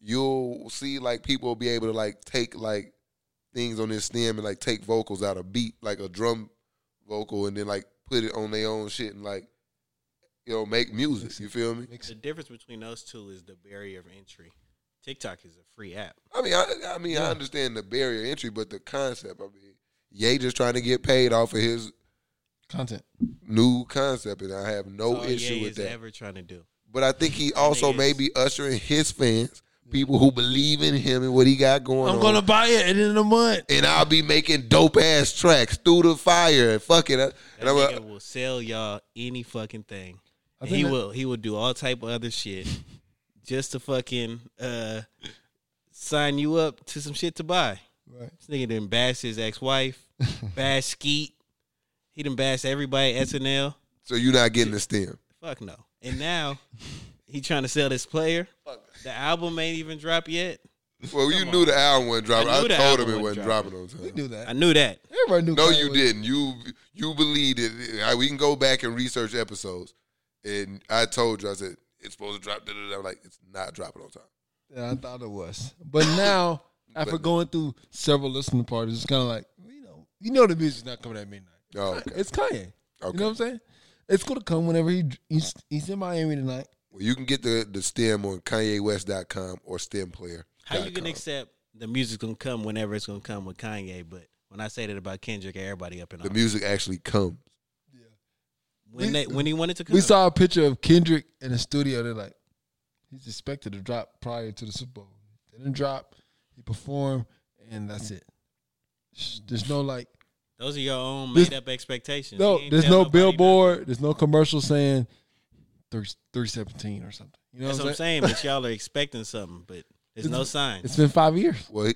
You'll see like people be able to like take like things on this stem and like take vocals out of beat, like a drum vocal, and then like put it on their own shit and like you know make music. You feel me?
the difference between those two is the barrier of entry. TikTok is a free app.
I mean, I, I mean, I understand the barrier entry, but the concept. I mean, Ye just trying to get paid off of his
Content.
new concept, and I have no
That's all
issue
Ye
with
is
that.
ever trying to do.
but I think he also
nigga
may
is-
be ushering his fans, people who believe in him and what he got going
I'm
on.
gonna buy it at the end of the month.
and I'll be making dope ass tracks through the fire and fuck it. And I'm
That nigga
like,
will sell y'all any fucking thing.
I
And
think
he
that-
will. He will do all type of other shit just to fucking uh, sign you up to some shit to buy.
Right.
This nigga done bash his ex wife, bash Skeet. He done bash everybody at SNL.
so you're not getting the stem.
Fuck no. And now he trying to sell this player. The album ain't even dropped yet.
Well, you knew the album wasn't dropping.
I
I,
knew the
told
album
him it wasn't
wasn't
dropping on time.
We knew
I
that.
knew that.
Everybody knew.
No,
Kanye
you
was-
didn't. You you believed it. I, we can go back and research episodes. And I told you, I said it's supposed to drop. Da, da, da. I'm like, it's not dropping on time.
Yeah, I thought it was. But now, after going through several listening parties, it's kind of like you know, you know, the music's not coming at midnight.
Oh, okay.
It's Kanye. You
Okay.
know what I'm saying? It's gonna come whenever he he's, he's in Miami tonight.
Well, you can get the the stem on KanyeWest.com or stemplayer.
How you can accept the music's gonna come whenever it's gonna come with Kanye, but when I say that about Kendrick, everybody up in
the
arms.
music actually comes.
when they when he wanted to come.
We saw a picture of Kendrick in the studio. They're like, he's expected to drop prior to the Super Bowl. They didn't drop. He performed, and that's it. Sh- There's no like,
those are your own
This-
made up expectations.
no.
You ain't
There's
tell
no
nobody
billboard. There's no commercial saying three three seventeen or something. You know
nothing. That's what I'm saying. But y'all are expecting something, but there's no sign.
It's been five years.
Well, he-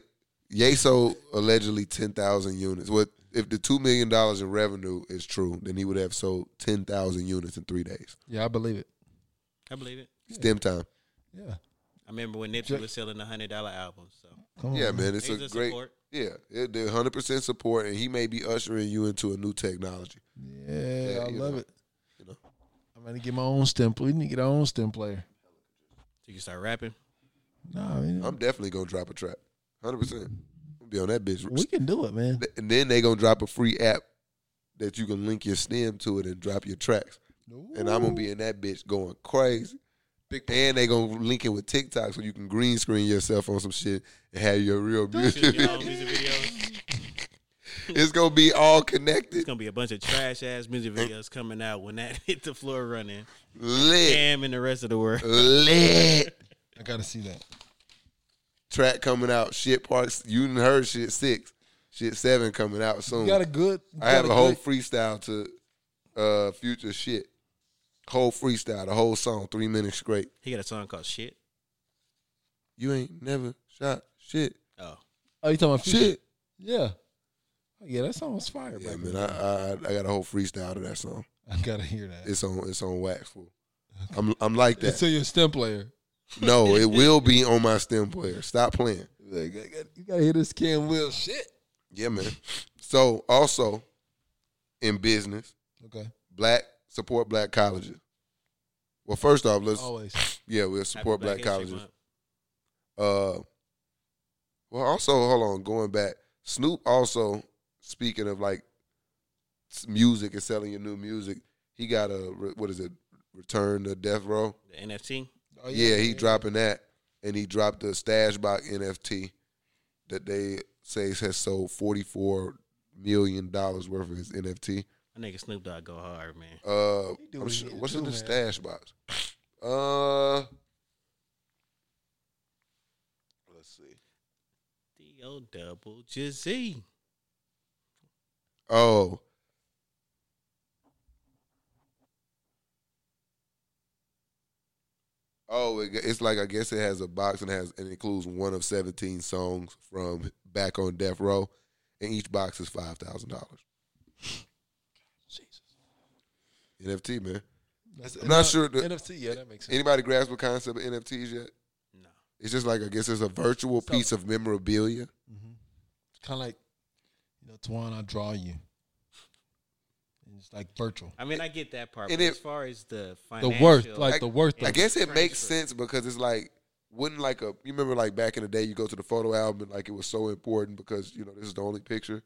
Ye sold allegedly ten thousand units. What if the two million dollars in revenue is true, then he would have sold ten thousand units in three days.
Yeah, I believe it.
I believe it.
Stem time.
Yeah.
I remember when Nipsey was selling the hundred dollar albums. So
Come on.
Yeah, man, it's
He's
a
a
great.
support.
Yeah, it, they're hundred percent support, and he may be ushering you into a new technology.
Yeah, I
you
love
know,
it.
you know.
I'm gonna get my own stem. We need to get our own stem player.
you can start rapping.
No, I mean,
I'm definitely gonna drop a trap, hundred percent. Be on that bitch,
we can do it, man.
and then they gonna drop a free app that you can link your stem to it and drop your tracks. And I'm gonna be in that bitch going crazy. And they gonna link it with TikTok so you can green screen yourself on some shit and have your real music.
Shoot your own music videos.
it's gonna be all
It's
connected,
gonna be a bunch of trash ass music videos coming out when that hit the floor running.
lit,
Damn, and the rest of the
Uh,
world.
lit.
I gotta see that.
Track coming out, shit parts. You done heard shit six, shit seven coming out soon.
You got a good. you
I have
got
a whole
good-
freestyle to uh future shit. Whole freestyle, the whole song, three minutes straight.
He got a song called Shit.
You ain't never shot shit.
Oh,
oh, you talking about Future?
Shit.
Yeah. Oh, yeah, that song was fire,
Yeah,
bro.
man, I, I I got a whole freestyle to that song.
I gotta hear that.
It's on it's on wax fool. I'm I'm like
It's
that.
to your stem player.
No, it will be on my stem player. Stop playing.
Like, I got- You gotta hear this Cam Will shit.
Yeah, man. So also in business,
Okay.
black support black colleges. Well, first off, let's
Always.
yeah, we'll support
Happy
black,
History
colleges.
Month.
Uh, well, also hold on. Going back, Snoop also speaking of like s- music and selling your new music. He got a re- what is it? Return to Death Row.
The NFT.
Oh,
yeah, he dropping that, and he dropped the Stash Box NFT that they say has sold forty four million dollars worth of his NFT.
I nigga Snoop Dogg go hard, man.
Uh,
do
I'm
what he
sure-
need to
what's
do,
in the
man.
Stash Box? Uh, let's see.
D O double J Z.
Oh. Oh, it, it's like I guess it has a box and has and includes one of seventeen songs from Back on Death Row, and each box is five thousand dollars.
Jesus.
NFT man,
That's-
I'm not sure the-
NFC. Yeah, that makes sense.
anybody grasp the concept of NFTs yet?
No.
It's just like I guess it's a virtual piece of memorabilia.
kind of Mm-hmm. like, you know, Twan, I draw you. And it's like virtual.
I mean, I get that part.
And
But
it-
as far as the
The
financial,
worth, like
I-
the worth.
I
of
guess it makes
Transfer.
sense because it's like wouldn't like a you remember like back in the day you go to the photo album and like it was so important because you know this is the only picture,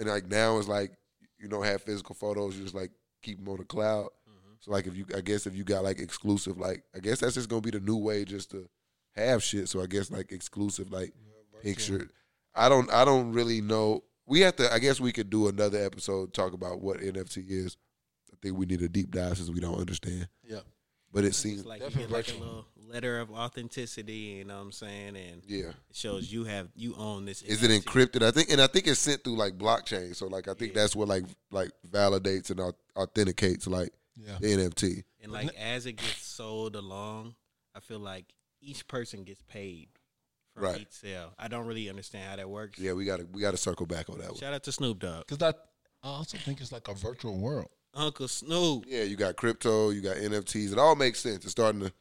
and like now it's like you don't have physical photos you just like keep them on the cloud. So like if you I guess if you got like exclusive like I guess that's just gonna be the new way just to have shit. So I guess like exclusive like picture. I don't I don't really know. We have to I guess we could do another episode talk about what NFT is. I think we need a deep dive since we don't understand.
Yeah.
But it seems
It's like you
Definitely
get like a
virtual.
little letter of authenticity. You know what I'm saying? And
yeah.
it shows you have you own this.
Is it
NFT.
encrypted? I think, and I think it's sent through like blockchain. So like, I think that's what like like validates and au- authenticates like
Yeah.
the NFT.
And like as it gets sold along, I feel like each person gets paid for
Right.
each sale. I don't really understand how that works.
Yeah, we gotta we gotta circle back on that one.
Shout out to Snoop Dogg,
Because I, I also think it's like a virtual world.
Uncle Snoop.
Yeah, you got crypto, you got NFTs. It all makes sense. It's starting to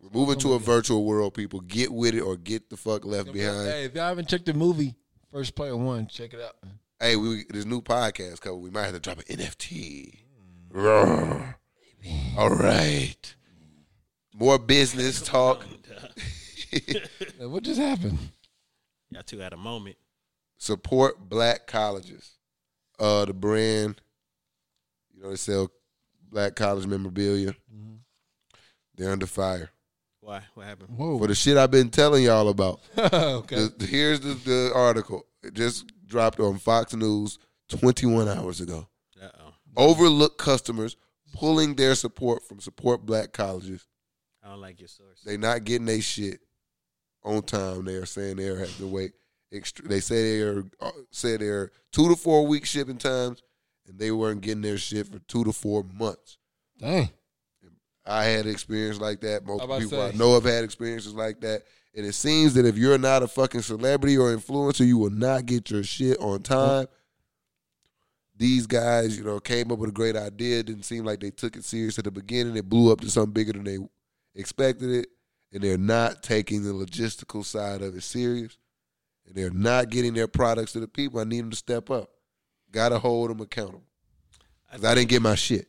we're moving to a virtual world. People get with it or get the fuck left behind.
Hey, if y'all haven't checked the movie, First Player One, check it out. man.
Hey, we this new podcast cover. We might have to drop an NFT. Roar. All right, more business talk.
Hey, what just happened?
Y'all two had a moment.
support black colleges. Uh, the brand, you know, they sell black college memorabilia. They're under fire
Why? What happened?
for
Whoa.
the shit I've been telling y'all about.
okay.
The- here's the, the article. It just dropped on Fox News 21 hours ago.
Uh oh.
Overlooked customers pulling their support from support black colleges.
I don't like your source.
They not getting their shit on time. They are saying they are having to wait. Extra, they say they are uh, say they're two to four week shipping times, and they weren't getting their shit for two to four months.
Dang.
I had experience like that. Most
I about to
people I
say.
know have had experiences like that. And it seems that if you're not a fucking celebrity or influencer, you will not get your shit on time. these guys, you know, came up with a great idea. It didn't seem like they took it serious at the beginning. It blew up to something bigger than they expected it. And they're not taking the logistical side of it serious. And they're not getting their products to the people. I need them to step up. Gotta hold them accountable. Because I didn't get my shit.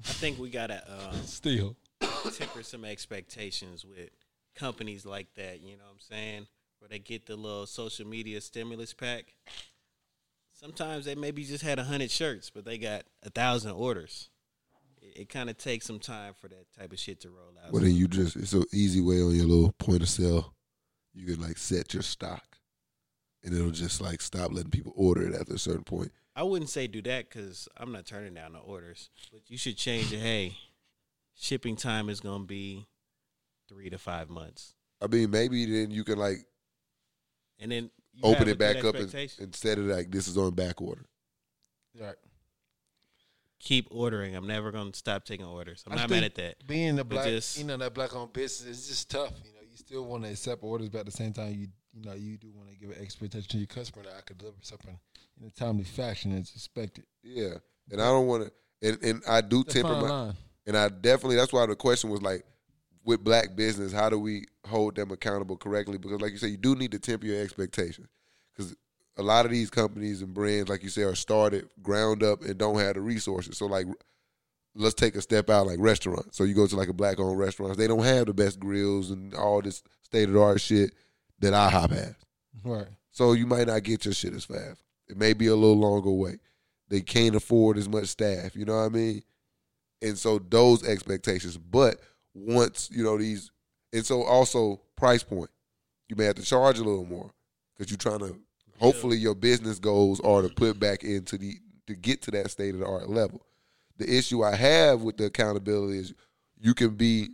I think we gotta um,
Still.
temper some expectations with companies like that. You know what I'm saying? Where they get the little social media stimulus pack. Sometimes they maybe just had a hundred shirts, but they got a thousand orders. It, it kind of takes some time for that type of shit to roll out.
Well, then you just it's an easy way on your little point of sale. You can like set your stock, and it'll just like stop letting people order it after a certain point.
I wouldn't say do that because I'm not turning down the orders. But you should change it. Hey, shipping time is gonna be three to five months,
I mean, maybe then you can like
and then you have
open
a
it
good
back up and,
expectation.
and set it like this is on back order.
Right.
keep ordering. I'm never gonna stop taking orders. I'm
I
not
think
mad at that.
Being a
But
black,
just-
you know, that black owned business, it's just tough. You know, you still want to accept orders, but at the same time, you you know, you do want to give an expectation to your customer that I could deliver something in a timely fashion as expected.
Yeah, and I don't want to, and and I do
It's a
temper
fine
my,
line.
and I definitely that's why the question was like, with black business, how do we hold them accountable correctly? Because like you said, you do need to temper your expectations. because a lot of these companies and brands, like you say, are started ground up and don't have the resources. So like, let's take a step out, like restaurants. So you go to like a black-owned restaurant, they don't have the best grills and all this state-of-the-art shit that IHOP has.
Right.
So you might not get your shit as fast. It may be a little longer wait. They can't afford as much staff. You know what I mean? And so those expectations. But once you know these, and so also price point. You may have to charge a little more because you're trying to. Hopefully, your business goals are to put back into the to get to that state of the art level. The issue I have with the accountability is you can be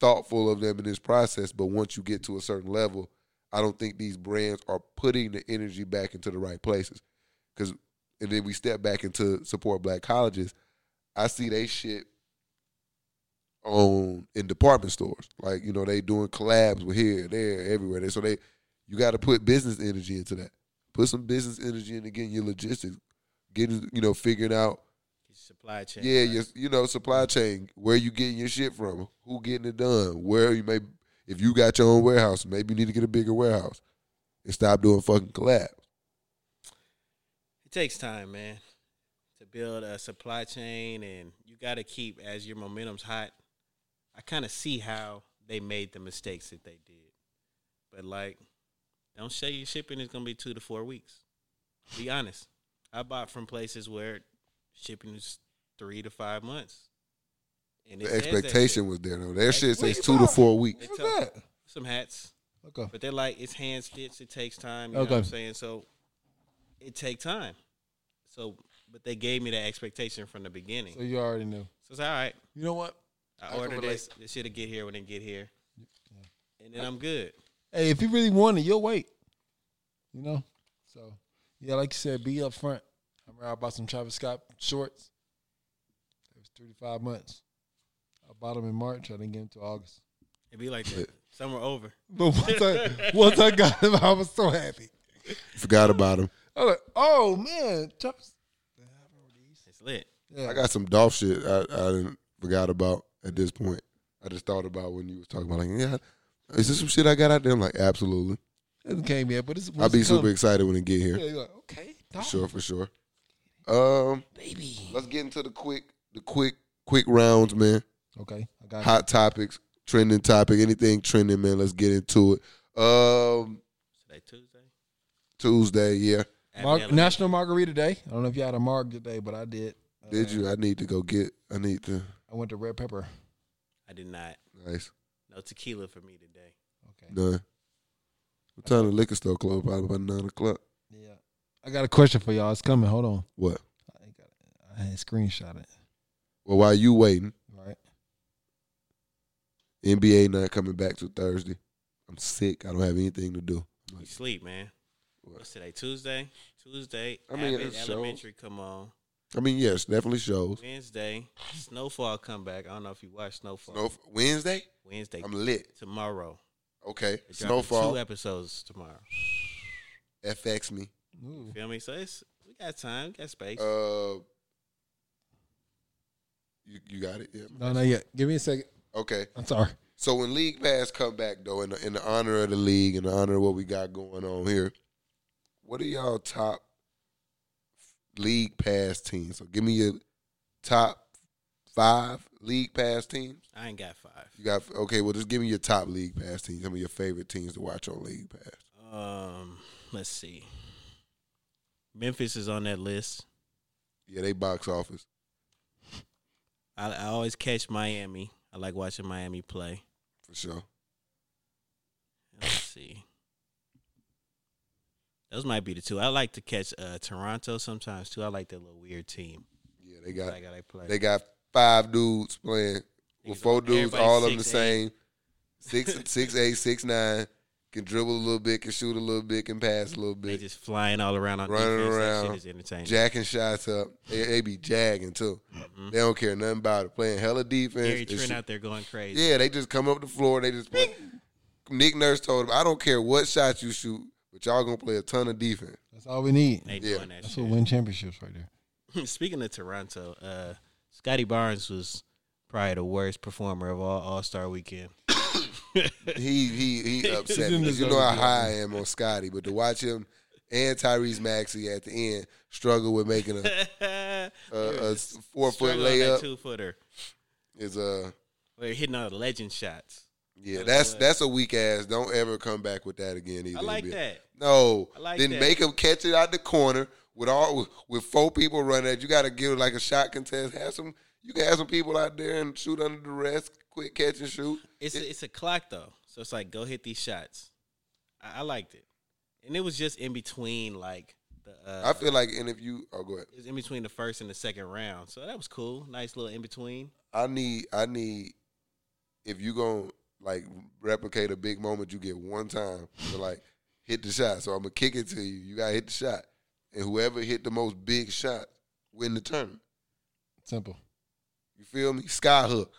thoughtful of them in this process, but once you get to a certain level, I don't think these brands are putting the energy back into the right places. Cause and then we step back into support black colleges. I see they shit on in department stores. Like, you know, they doing collabs with here, there, everywhere. They so they you gotta put business energy into that. Put some business energy into getting your logistics, getting you know, figuring out
Your Supply chain.
yeah,
right?
your, you know, supply chain. Where you getting your shit from? Who getting it done? Where you may, if you got your own warehouse, maybe you need to get a bigger warehouse and stop doing fucking collabs.
It takes time, man, to build a supply chain, and you got to keep as your momentum's hot. I kind of see how they made the mistakes that they did, but like, don't say your shipping is gonna be two to four weeks. Be honest. I bought from places where shipping is three to five months, and it
The
says that shit.
expectation was there though. Their shit
where
says
you
two to
from?
four weeks.
It's
What's
tough.
that?
Some hats.
Okay.
But they're like it's hand stitched. It takes time. You know what I'm
Okay.
saying? So it take time. So but they gave me that expectation from the beginning.
So
So,
you already knew.
it's all right.
You know what? I
I,
can
ordered
relate.
this. This shit'll get here when it get here. And then I'm good.
Hey, if you really want it, you'll wait. You know? So, yeah, like you said, be upfront. I remember I bought some Travis Scott shorts. It was 35 months. I bought them in March. I didn't get them till August.
It'd be like that. Summer over.
But once I, once I got them, I was so happy.
Forgot about them.
I was like, oh, man. Travis.
It's lit.
Yeah.
I got some Dolph shit I, I didn't forgot about at this point. I just thought about when you was talking about like, yeah, is this some shit I got out there? I'm like, absolutely.
it came yet, but it's
I'll
once
be
it come-
super excited when it get here.
Yeah, you're like, okay.
For
dog.
sure, for sure. Um, baby, let's get into the quick, the quick, quick rounds, man.
Okay. I got
Hot topics, trending topic, anything trending, man. Let's get into it. Um,
Today Tuesday.
Tuesday, yeah.
Happy
Mar-
Halloween.
National Margarita Day. I don't know if you had a marg today, but I did. Uh,
Did you? I need to go get. I need to.
I went to Red Pepper.
I did not.
Nice.
No tequila for me today.
Okay.
Done. What time the liquor store close? Probably about nine o'clock.
Yeah. I got a question for y'all. It's coming. Hold on.
What?
I ain't got it. I had screenshot it.
Well, while you waiting,
Right.
NBA not coming back till Thursday. I'm sick. I don't have anything to do.
You sleep, man.
What?
What's today? Tuesday. Tuesday.
I mean,
Abbott
it shows.
Elementary. Come on.
I mean, yes, definitely shows.
Wednesday. Snowfall come back. I don't know if you watched Snowfall.
Snow Wednesday.
Wednesday.
I'm lit.
tomorrow.
Okay.
They're dropping
Snowfall.
Two episodes tomorrow.
FX me.
Ooh.
Feel me? So it's we got time, you got space.
Uh, you you got it. Yeah.
No, not yet. Give me a second.
Okay.
I'm sorry.
So when league pass come back though, in the, in the honor of the league, in the honor of what we got going on here, what are y'all top league pass teams? So give me your top five league pass teams.
I ain't got five.
You got okay. Well, just give me your top league pass teams. Some of your favorite teams to watch on league pass.
Um, let's see. Memphis is on that list.
Yeah, they box office.
I, I always catch Miami. I like watching Miami play.
For sure.
Let's see. Those might be the two. I like to catch uh, Toronto sometimes too. I like that little weird team.
Yeah, they got
Like how they play.
they got five dudes playing. Well,
Niggas
four
all-
dudes,
everybody
all of them the
6'8".
same. Six, six, eight, six, nine. Can dribble a little bit, can shoot a little bit, can pass a little
They
bit.
just flying all around on
Running
defense. That
around.
shit is entertaining.
Jacking shots up. They, they be jagging too. They don't care nothing about it. Playing hella defense.
Gary
They
Trent
shoot-
out there going crazy.
yeah, they just come up the floor. They just play. Nick Nurse told him, I don't care what shots you shoot, but y'all gonna play a ton of defense.
That's all we need.
Yeah.
They doing that
That's
shit.
what win championships right there.
Speaking of Toronto, uh, Scotty Barnes was probably the worst performer of all All Star Weekend.
He he he upset
He's in
me. You
the zone
know how
again.
high I am on Scotty, but to watch him and Tyrese Maxey at the end struggle with making a, a, a four foot
Struggle on that
layup
two footer.
is uh
They're hitting all the legend shots.
yeah
That
that's
was-
that's a weak ass. Don't ever come back with that again. Either
I like
NBA.
that.
No,
I like
then
that.
make him catch it out the corner with all with four people running. at You, you got to give it like a shot contest. Have some you can have some people out there and shoot under the rest. Quick catch and shoot.
It's a, it's a clock though, so it's like go hit these shots. I, I liked it, and it was just in between like the uh,
I feel like and if you oh go ahead.
it was in between the first and the second round, so that was cool. Nice little in between.
I need I need if you gonna like replicate a big moment you get one time to like hit the shot. So I'm gonna kick it to you. You gotta hit the shot. And whoever hit the most big shot win the tournament.
Simple.
You feel me? Sky hook.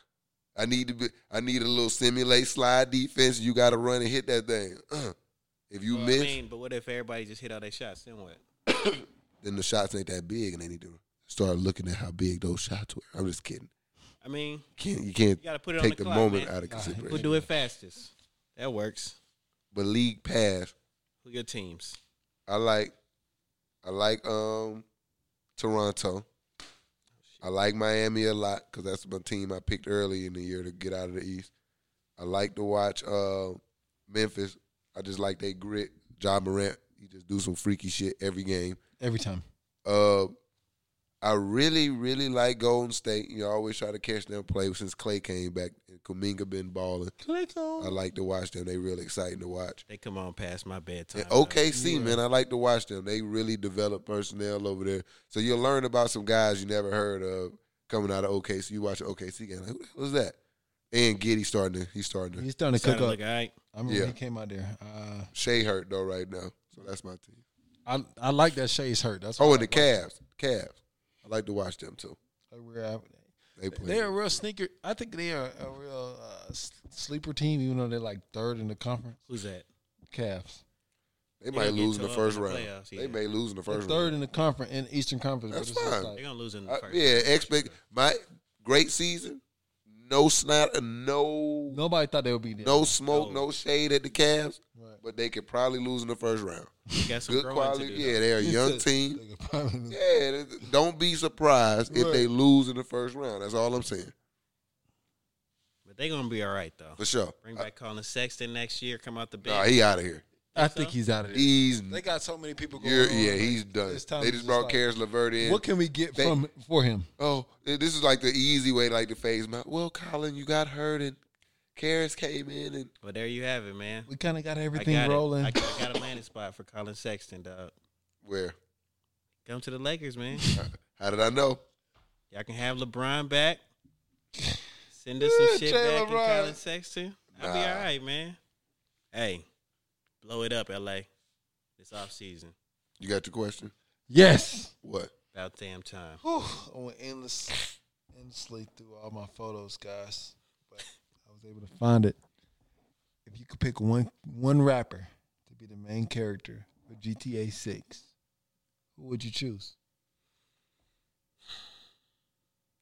I need to be I need a little simulate slide defense. You gotta run and hit that thing. If you
Well,
miss,
I mean, but what if everybody just hit all their shots? Then what?
then the shots ain't that big and they need to start looking at how big those shots were. I'm just kidding.
I mean,
Can't you can't
You gotta put it on
take the,
the clock,
moment
man.
out of
All right. We'll
consideration.
who do it fastest? That works.
but league pass.
Who your teams?
I like I like um Toronto. I like Miami a lot because that's my team I picked early in the year to get out of the East. I like to watch uh, Memphis. I just like they grit. John Morant, he just do some freaky shit every game.
Every time.
Uh, I really, really like Golden State. You know, I always try to catch them play since Clay came back and Kaminga been balling.
Click
I
on.
like to watch them. They real exciting to watch.
They come on past my bedtime.
And OKC, man, I like to watch them. They really develop personnel over there. So you'll learn about some guys you never heard of coming out of OKC. You watch an OKC game, like, who the hell is that? And Giddy starting to, he's starting to.
He's starting to
Starting
cook
to
up.
look all right.
I remember
Yeah.
he came out there. Uh,
Shea hurt, though, right now. So that's my team.
I I like that Shay's hurt. That's
Oh,
why
and
I
the Cavs. Cavs. I like to watch them, too.
like we're out-
They play.
They're a real sneaker. I think they are a real uh, s- sleeper team, even though they're like third in the conference.
Who's that?
Cavs.
they
gonna
might
get
lose in the
tore up
first
in the
round.
playoffs,
They
yeah.
may lose in the
They're
first
third
round.
in the conference in Eastern Conference.
That's
but it's just
fine.
They're
Like,
gonna lose in the
Uh,
first.
yeah, expect my great season. No snot, no, no,
nobody thought they would be there.
smoke, no shade at the Cavs,
Right.
but they could probably lose in the first round.
You got some
good
growing
quality.
to do.
Yeah, they're a young team.
They could probably-
Yeah, th- don't be surprised if
Right.
they lose in the first round. That's all I'm saying
But they're gonna be all right though.
for sure.
Bring back Colin Sexton next year. Come out the bench.
Nah, he out of here.
I think he's out of there.
He's
They got so many people going.
you're-
on,
yeah,
like,
he's done.
this time
They
it's
just brought
like,
Karis LeVert in.
What can we get
They-
from for him?
oh, th- this is like the easy way, like to phase him out. Well, Colin, you got hurt, and Karis came in, and
Well, there you have it, man.
We kind of got
I
everything
got
rolling.
It. I, got- I got a landing spot for Colin Sexton, dog.
where?
Come to the Lakers, man.
How did I know?
Y'all can have LeBron back. Send us some shit
Jay
back and
LeBron.
Colin Sexton. I'll be
Nah.
all right, man. Hey, blow it up, LA. This off season.
You got your question?
yes.
What?
About damn time.
Whew, I went endless, endlessly through all my photos, guys, but I was able to find it. If you could pick one one rapper to be the main character for GTA Six, who who would you choose?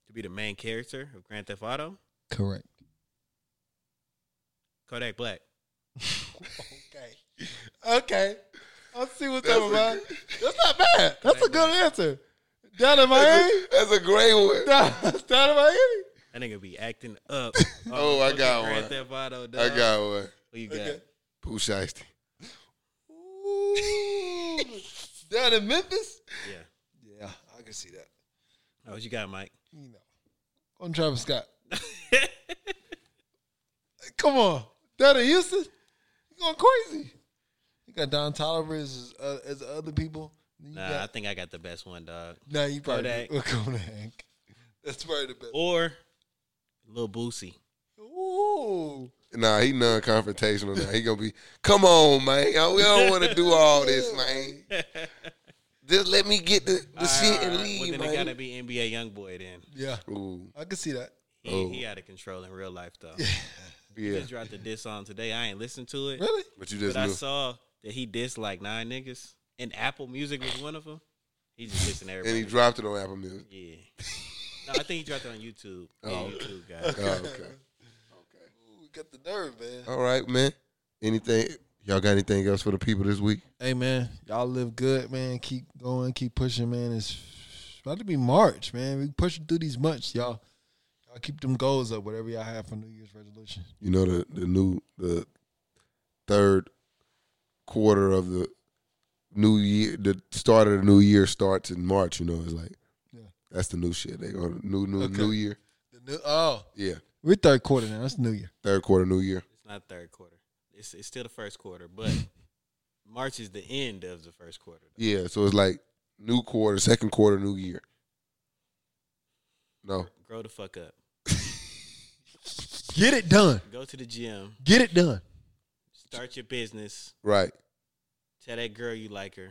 to be the main character of Grand Theft Auto,
Correct.
Kodak Black.
Okay. I see what that's about. That's not bad. That's a good answer. Down in Miami?
That's a great one.
Down, down in Miami?
That nigga be acting up.
Oh, I
fucking
got
Grand
one.
Theft Auto, dog.
I got one.
Who you got?
Pooh Shiesty.
Ooh. down in Memphis?
Yeah.
Yeah, I can see that.
Oh, what you got, Mike?
You know. On Travis Scott. Come on. Down in Houston? you going crazy. You got Don Tolliver as, uh, as other people. You
Nah,
got-
I think I got the best one, dog.
Nah, you probably
Kodak.
Kodak. Kodak. That's probably the best.
Or Lil Boosie.
Ooh.
Nah, he non-confrontational now. He gonna be, come on, man. We don't want to do all this, man. Just let me get the, the shit
All right, all
and
right.
leave,
well, Ah, then
man.
it gotta be NBA Youngboy. Then
Yeah,
Ooh,
I can see that.
he,
Oh.
he out of control in real life though.
yeah.
Just dropped a diss on today. I ain't listened to it,
Really?
But you
but
just
I
knew.
saw that he dissed like nine niggas, and Apple Music was one of them. He just dissing
and
everybody.
he dropped it on Apple Music.
yeah. No, I think he dropped it on YouTube. Yeah,
Oh,
YouTube guy.
Oh, okay.
Ooh, got the nerve, man.
All right, man. Anything? Y'all got anything else for the people this week?
Hey, man, y'all live good, man. Keep going, keep pushing, man. It's about to be March, man. We pushing through these months, y'all. Y'all keep them goals up, whatever y'all have for New Year's resolution.
You know the the new the third quarter of the new year. The start of the new year starts in March. You know, it's like
Yeah.
that's the new shit. They go new new
Okay.
new year.
The new oh,
Yeah,
we're third quarter now. It's New Year.
third quarter new year.
It's not third quarter. It's it's still the first quarter, but March is the end of the first quarter. though.
Yeah, so it's like new quarter, second quarter, new year. No,
Grow the fuck up.
Get it done.
Go to the gym.
Get it done.
Start your business.
right?
Tell that girl you like her.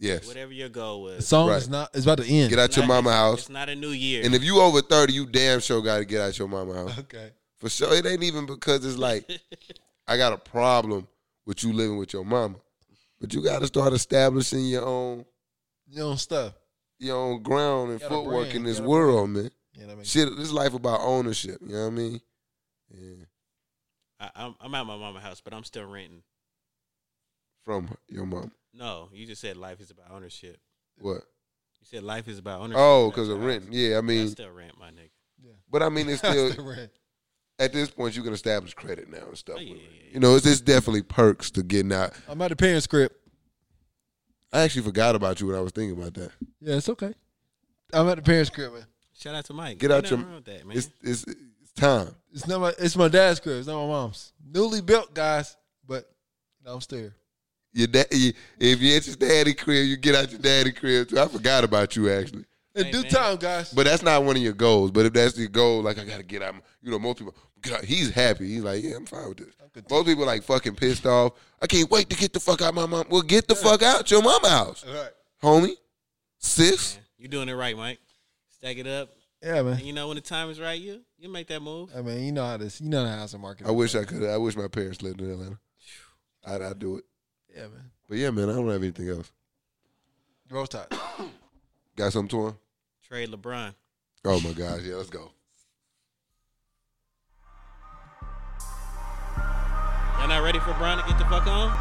Yes.
Whatever your goal
The
was.
song
Right.
is not. It's about to end.
Get out your
Not-
mama house.
It's not a new year.
And if you over thirty, you damn sure got to get out your mama house.
Okay.
For sure, it ain't even because it's like I got a problem with you living with your mama, but you got to start establishing your own
You know stuff.
your own ground and
Got a
footwork
brand,
in this
got a
world, man.
You know what I mean?
Shit, this life about ownership. You know what I mean? Yeah,
I, I'm, I'm at my mama house, but I'm still renting.
from your mom.
No, you just said life is about ownership.
What?
You said life is about ownership.
Oh,
That's
because of
your
rent.
house.
Yeah, I
I
mean,
still rent, my nigga.
but I mean, it's still
That's the rant.
at this point you can establish credit now and stuff.
Oh, yeah,
with it.
yeah, yeah.
You know, it's, it's definitely perks to getting out.
I'm at the parent script.
I actually forgot about you when I was thinking about that.
Yeah, it's okay. I'm at the parent crib, man.
Shout out to Mike.
Get
Ain't
out your-
nothing wrong with that, man.
It's it's it's time.
It's not my. It's my dad's crib. It's not my mom's. Newly built, guys, but I'm still here.
Your da- you, if you're at your daddy crib, you get out your daddy crib too. I forgot about you actually,
In
Hey,
due
man.
time, guys.
but that's not one of your goals. But if that's your goal, like I gotta get out. my- You know, most people, get out. he's happy. He's like, yeah, I'm fine with this.
content.
Most people like fucking pissed off. I can't wait to get the fuck out my mom. Well, get the fuck out your mama house,
All right.
homie, sis.
you doing it right, Mike. Stack it up.
Yeah, man.
And you know, when the time is right, you you make that move.
I mean, you know how this. You know how housing market.
I wish I could. I wish my parents lived in Atlanta. I'd, I'd do it.
Yeah, man.
But yeah, man, I don't have anything else.
Roll tide.
Got something to him?
Trade LeBron.
Oh my gosh, yeah, let's go.
Y'all not ready for Bron to get the fuck on?